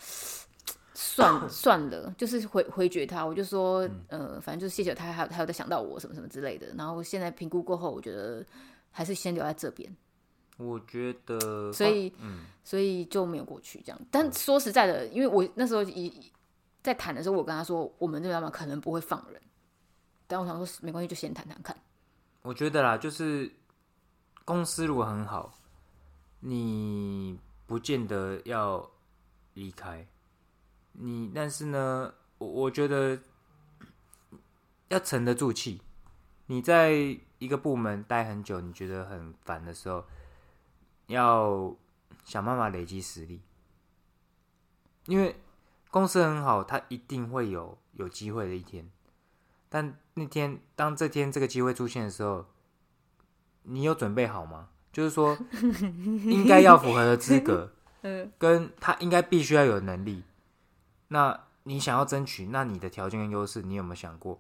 B: 算算了，就是回回绝他，我就说、
A: 嗯
B: 呃，反正就是谢谢他，还有还有在想到我什么什么之类的。然后现在评估过后，我觉得还是先留在这边，
A: 我觉得
B: 所以、所以就没有过去这样。但说实在的，因为我那时候一在谈的时候，我跟他说我们这个老板可能不会放人，但我想说没关系，就先谈谈看。
A: 我觉得啦，就是公司如果很好，你不见得要离开。你但是呢，我我觉得要沉得住气。你在一个部门待很久，你觉得很烦的时候，要想办法累积实力，因为公司很好，它一定会有有机会的一天。但那天当这天这个机会出现的时候，你有准备好吗？就是说，应该要符合的资格，
B: 嗯，
A: 跟他应该必须要有能力。那你想要争取，那你的条件跟优势，你有没有想过？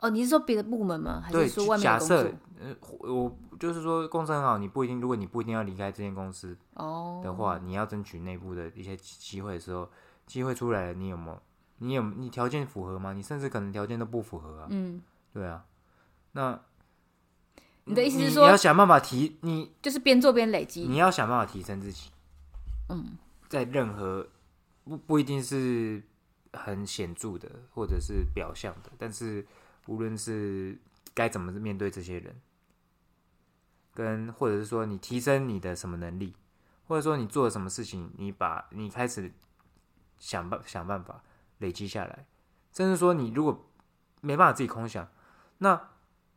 B: 哦，你是说别的部门吗？还
A: 对，
B: 是说外面
A: 假
B: 的工作
A: 设？呃，我就是说，公司很好，你不一定，如果你不一定要离开这间公司
B: 哦
A: 的话，你要争取内部的一些机会的时候，机会出来了，你有没有？你有你条件符合吗？你甚至可能条件都不符合啊。
B: 嗯，
A: 对啊，那
B: 你的意思是
A: 你
B: 说
A: 要想办法提你，
B: 就是边做边累积。
A: 你要想办法提升自己。嗯，在任何不不一定是很显著的，或者是表象的，但是无论是该怎么面对这些人，跟或者是说你提升你的什么能力，或者说你做了什么事情，你把你开始想办想办法累积下来，甚至说你如果没办法自己空想，那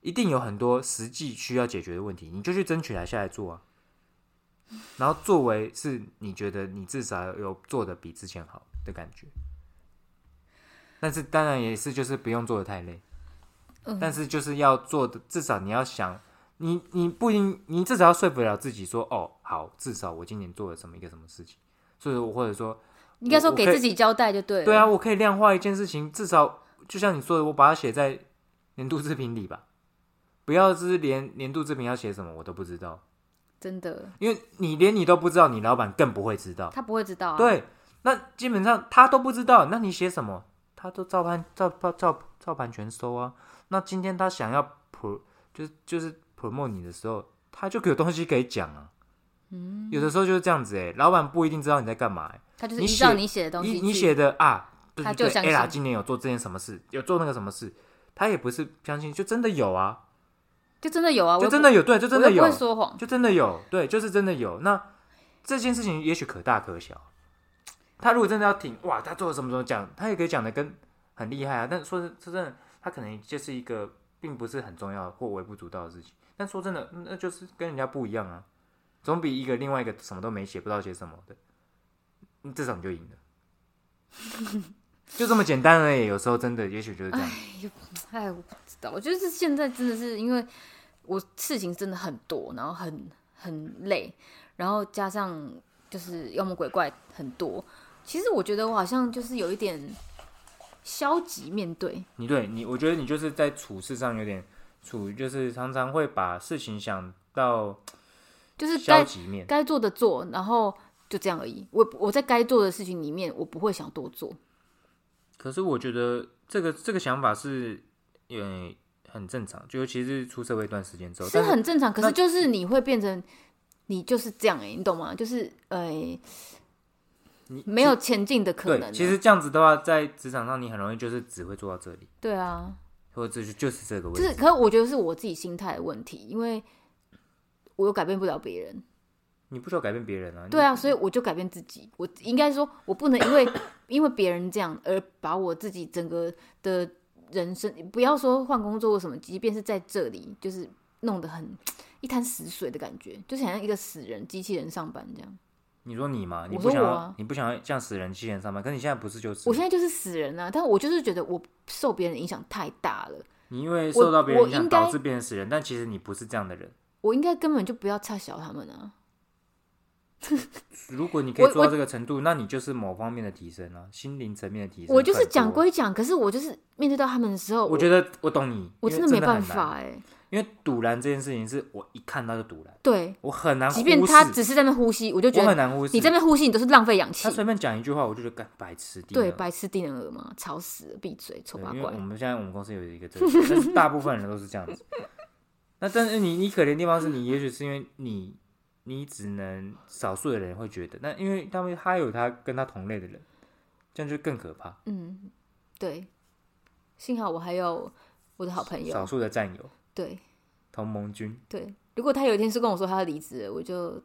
A: 一定有很多实际需要解决的问题，你就去争取来下来做啊。然后作为是你觉得你至少有做的比之前好的感觉，但是当然也是就是不用做的太累，
B: 嗯
A: 但是就是要做的至少你要想，你你不应你至少要说服了自己说哦好，至少我今年做了什么一个什么事情，所以我或者说
B: 应该说
A: 我
B: 给
A: 可以
B: 自己交代就对了。
A: 对啊，我可以量化一件事情，至少就像你说的，我把它写在年度志评里吧，不要是连年度志评要写什么我都不知道。
B: 真的，
A: 因为你连你都不知道，你老板更不会知道。
B: 他不会知道、啊。，
A: 对，那基本上他都不知道，那你写什么，他都照搬照照照照盘全收啊。那今天他想要 pro 就是就是 promote 你的时候，他就有东西可以讲啊。嗯，有的时候就是这样子哎、老板不一定知道你在干嘛、欸。
B: 他就是
A: 你
B: 依照
A: 写
B: 你写的东西
A: 你你
B: 去
A: 写的啊，对
B: 他
A: 对
B: 就
A: 对
B: 相
A: ，A 啦，
B: 信
A: 今年有做这件什么事，有做那个什么事，他也不是相信，就真的有啊，
B: 就真的有啊，我
A: 就
B: 又
A: 真的有，对，就
B: 不
A: 真的有
B: 我又不会，说谎。
A: 就真的有，对，就是真的有。那这件事情也许可大可小，他如果真的要挺，哇，他做了什么什么讲，他也可以讲的跟很厉害啊。但说说真的，他可能就是一个并不是很重要或微不足道的事情。但说真的，那就是跟人家不一样啊，总比一个另外一个什么都没写，不知道写什么的，嗯至少你就赢了。就这么简单而已，有时候真的，也许就是这样。
B: 哎，我不知道，我觉得是现在真的是因为我事情真的很多，然后很很累，然后加上就是妖魔鬼怪很多。其实我觉得我好像就是有一点消极面对，
A: 你对你，我觉得你就是在处事上有点处于，就是常常会把事情想到
B: 就是
A: 消
B: 该
A: 极面。
B: 该做的做，然后就这样而已。我我在该做的事情里面，我不会想多做。
A: 哦可是我觉得这个这个想法是，嗯，很正常，就尤其是出社会一段时间之后，
B: 是
A: 但
B: 很正常，可
A: 那
B: 是就是你会变成你就是这样哎、你懂吗？就是呃，
A: 你
B: 没有前进的可能、啊
A: 对，其实这样子的话，在职场上你很容易就是只会做到这里，
B: 对啊，
A: 或者就就是这个
B: 就
A: 位
B: 是
A: 置。
B: 可是我觉得是我自己心态的问题，因为我又改变不了别人，
A: 你不需要改变别人啊。
B: 对啊，所以我就改变自己。我应该说，我不能因为因为别人这样而把我自己整个的人生，不要说换工作或什么，即便是在这里，就是弄得很一滩死水的感觉，就是好像一个死人机器人上班这样。
A: 你你说你嘛，你
B: 我
A: 不
B: 说
A: 想要、
B: 我啊
A: 你不想要像死人机器人上班，可是你现在不是就是
B: 我现在就是死人啊，但我就是觉得我受别人的影响太大了，
A: 你因为
B: 我
A: 受到别人
B: 我
A: 影响
B: 应该
A: 导致变成死人，但其实你不是这样的人。
B: 我应该根本就不要差小他们啊。
A: 如果你可以
B: 我
A: 做到
B: 我
A: 这个程度，那你就是某方面的提升啊，心灵层面的提升。
B: 我就是
A: 很多
B: 讲，归讲，可是我就是面对到他们的时候，
A: 我
B: 我
A: 觉得我懂你，
B: 我
A: 因
B: 真
A: 为
B: 的
A: 真的
B: 没办
A: 很难
B: 法哎、
A: 因为堵拦这件事情是我一看到就堵拦，
B: 对，
A: 我很难忽视，
B: 即便他只是在那边呼吸，我就觉
A: 我很
B: 得
A: 难忽视。
B: 你在那边呼吸，你都是浪费氧气
A: 他。随便讲一句话，我就觉得干白痴。
B: 对，
A: 白
B: 白痴低能儿嘛，吵死了，闭嘴，丑八
A: 因为
B: 怪
A: 我。们现在我们公司有一个这个，但是大部分人都是这 样子。那但是你你可怜的地方是你，也许是因为你你只能少数的人会觉得，那因为他们他有他跟他同类的人，这样就更可怕。
B: 嗯，对，幸好我还有我的好朋
A: 少
B: 友。
A: 数的战友
B: 对
A: 同盟军
B: 对，如果他有一天是跟我说他要离职了，我就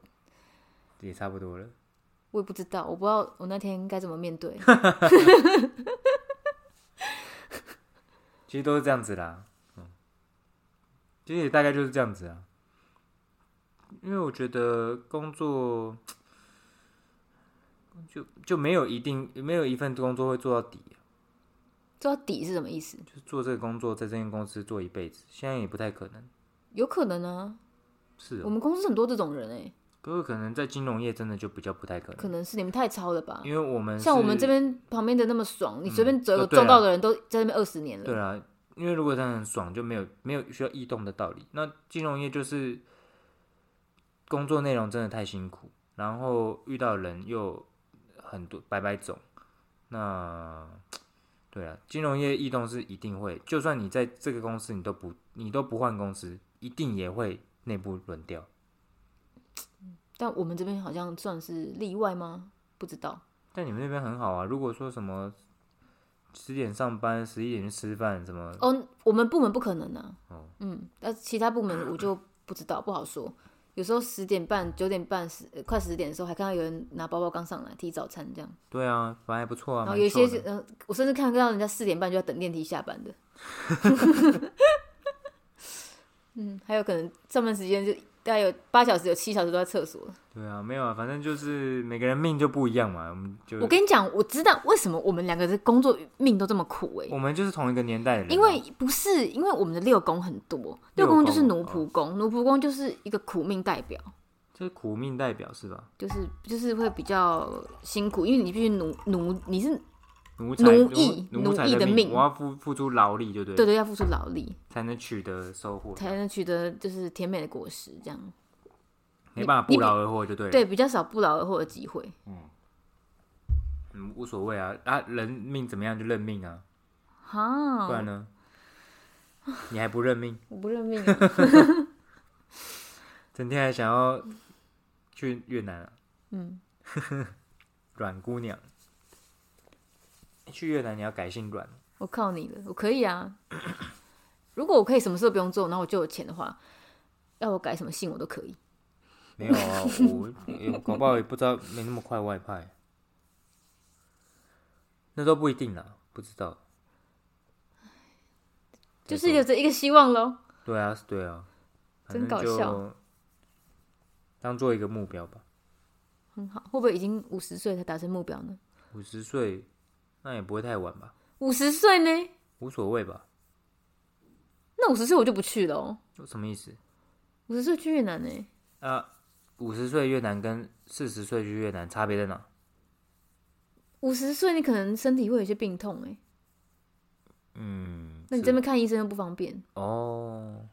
A: 也差不多了。
B: 我也不知道，我不知道我那天该怎么 面对。
A: 其实都是这样子啦，嗯，其实也大概就是这样子啊。因为我觉得工作就就没有一定没有一份工作会做到底，啊
B: 做到底是什么意思？
A: 就是做这个工作在这间公司做一辈子，现在也不太可能。
B: 有可能啊，
A: 是、
B: 我
A: 哦，
B: 们公司很多这种人哎、
A: 可是可能在金融业真的就比较不太可能，
B: 可能是你们太超了吧？
A: 因为我们
B: 像我们
A: 是
B: 这边旁边的那么爽，你随便走一
A: 哦
B: 个
A: 对啊
B: 撞到的人都在那边二十年
A: 对
B: 了。
A: 啊，因为如果他很爽，就没有没有需要异动的道理。那金融业就是工作内容真的太辛苦，然后遇到人又很多百百种。那对啊，金融业异动是一定会，就算你在这个公司你都不你都不换公司，一定也会内部轮调。
B: 但我们这边好像算是例外吗？不知道。
A: 但你们那边很好啊，如果说什么十点上班，十一点去吃饭，什么
B: 哦，我们部门不可能啊。
A: 哦
B: 嗯，但其他部门我就不知道，不好说。有时候十点半、九点半、十呃快十点的时候，还看到有人拿包包刚上来提早餐这样。
A: 对啊，反正还不错啊。
B: 然后
A: 蛮
B: 有一些
A: 臭的
B: 是，呃，我甚至看到人家四点半就要等电梯下 班的。嗯，还有可能上班时间就大概有八小时，有七小时都在厕所。
A: 对啊，没有啊，反正就是每个人命就不一样嘛，我们就
B: 我跟你讲，我知道为什么我们两个的工作命都这么苦哎、
A: 我们就是同一个年代的人啊，
B: 因为不是因为我们的六宫很多，
A: 六
B: 六
A: 宫
B: 宫就是奴仆宫，奴仆宫就是一个苦命代表，
A: 这是苦命代表是吧？
B: 就是就是会比较辛苦，因为你必须奴奴，你是
A: 奴才奴
B: 奴役
A: 奴才
B: 奴役的
A: 命，
B: 命
A: 我要付付出劳力，就对了，
B: 对对要付出劳力
A: 才能取得收获，
B: 才能取得就是甜美的果实，这样
A: 没办法
B: 你
A: 不劳而获，就对了。
B: 对比较少不劳而获的机会。
A: 嗯，无所谓啊，啊，人命怎么样就认命啊，
B: 哈，
A: 不然呢？
B: 哦
A: 你还不认命，
B: 我不认命啊，
A: 整天还想要去越南啊？
B: 嗯，
A: 阮姑娘，去越南你要改姓阮，
B: 我靠你了，我可以啊。 如果我可以什么事都不用做，然后我就有钱的话，要我改什么姓我都可以。
A: 没有啊，我我搞不好也不知道，没那么快外派，那都不一定啦，不知道。
B: 就是有着一个希望喽。
A: 对啊，对啊，反正
B: 真搞笑
A: 就当做一个目标吧。
B: 很好，会不会已经五十岁才达成目标呢？
A: 五十岁那也不会太晚吧，
B: 五十岁呢？
A: 无所谓吧？
B: 那五十岁我就不去了、哦。
A: 有什么意思？
B: 五十岁去越南呢？
A: 啊，五十岁越南跟四十岁去越南差别在哪？
B: 五十岁你可能身体会有一些病痛哎，
A: 嗯，
B: 那你
A: 是
B: 这边看医生又不方便。
A: 哦，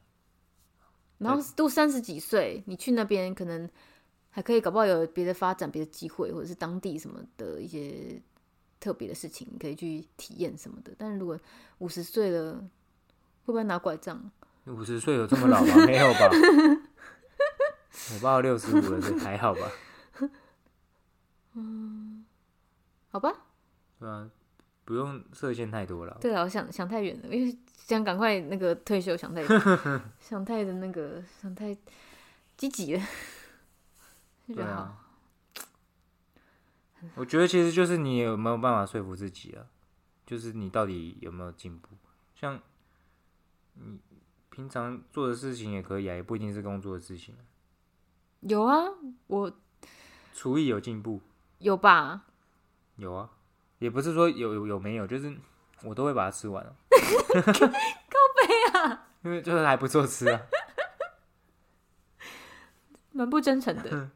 B: 然后都三十几岁，你去那边可能还可以，搞不好有别的发展、别的机会，或者是当地什么的一些特别的事情，你可以去体验什么的。但如果五十岁了，会不会拿拐杖？
A: 五十岁有这么老吗？没有 吧？我爸六十五了，所以还好吧？
B: 好吧，
A: 对啊，不用设限太多了。
B: 对啊，我想想太远了，因为想赶快那个退休，想太远 想太的那个想太积极了，就觉
A: 对
B: 得好。
A: 啊， 我觉得其实就是你有没有办法说服自己啊，就是你到底有没有进步？像你平常做的事情也可以啊，也不一定是工作的事情啊。
B: 有啊，我
A: 厨艺有进步，
B: 有吧？
A: 有啊，也不是说有有有没有，就是我都会把它吃完、啊。 靠背啊，因为就是还不错吃啊，
B: 蛮不真诚的。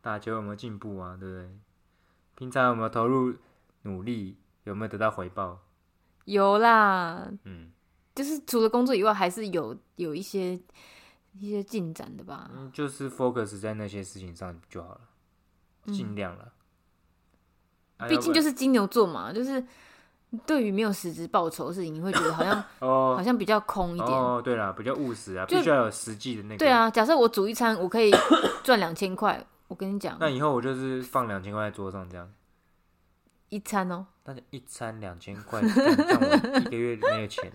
A: 打球有没有进步啊？对不对？平常有没有投入努力？有没有得到回报？
B: 有啦，
A: 嗯，
B: 就是除了工作以外，还是有有一些一些进展的吧。
A: 嗯就是 focus 在那些事情上就好了，尽量了。啊
B: 嗯毕
A: 要
B: 竟
A: 不
B: 就
A: 然
B: 是金牛座嘛，就是对于没有实质报酬的事情，你会觉得好像好
A: 哦
B: 像比较空一点。
A: 哦，对了，比较务实啊，
B: 就
A: 必须要有实际的那个。
B: 对，啊，假设我煮一餐，我可以 赚两千块，我跟你讲，
A: 那以后我就是放两千块在桌上这样，
B: 一餐哦、
A: 大家一餐两千 块，干这样我一个月没有钱。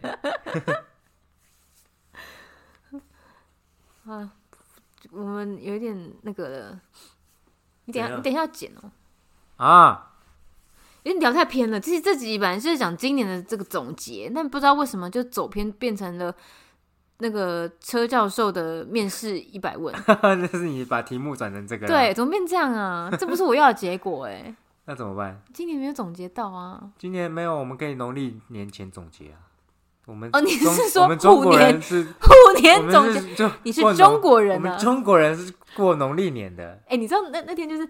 B: 啊，我们有一点那个了。你
A: 怎
B: 等一下，
A: 样
B: 你等一下要剪哦、
A: 啊，
B: 因为你聊太偏了。其实这集本来是讲今年的这个总结，但不知道为什么就走偏，变成了那个车教授的面试一百问。
A: 那是你把题目转成这个，
B: 对，，怎么变这样啊？这不是我要的结果哎、
A: 那怎么办？
B: 今年没有总结到啊。
A: 今年没有，我们可以农历年前总结啊。我们
B: 哦你是
A: 中
B: 说
A: 我们中国人
B: 虎
A: 是，
B: 虎
A: 我
B: 年总
A: 们
B: 结，
A: 是就
B: 你是
A: 过农
B: 中国人
A: 我们
B: 啊？
A: 中国人是过农历年的，
B: 哎、你知道那那天就是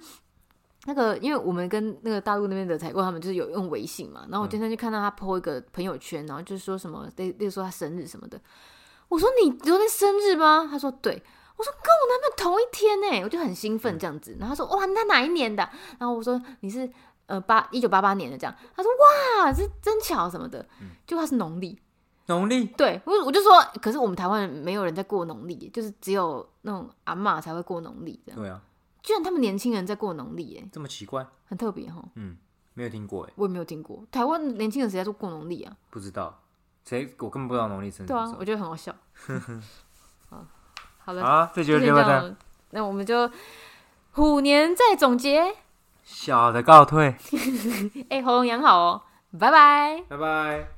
B: 那个，因为我们跟那个大陆那边的采购他们就是有用微信嘛，然后我今天就看到他 po 一个朋友圈，然后就说什么，例例如说他生日什么的，我说你昨天生日吗？他说对。我说跟我男朋友同一天呢、我就很兴奋这样子。然后他说哇，那哪一年的啊？然后我说你是呃八一九八八年的这样。他说哇，这真巧什么的，就他是农历。
A: 农历
B: 对我我就说，可是我们台湾人没有人在过农历，就是只有那种阿嬷才会过农历这样。
A: 对啊，
B: 居然他们年轻人在过农历，耶，
A: 这么奇怪，
B: 很特别哈，
A: 嗯，没有听过哎，
B: 我也没有听过。台湾年轻人谁在做过农历啊？
A: 不知道，谁我根本不知道农历生
B: 对
A: 什么
B: 啊
A: 时，候
B: 我觉得很好笑。 好，好了，
A: 啊，这就
B: 就是
A: 另
B: 先这
A: 外的
B: 样，那我们就虎年再总结。
A: 小的告退，
B: 哎、喉咙养好哦，拜拜。
A: 拜拜。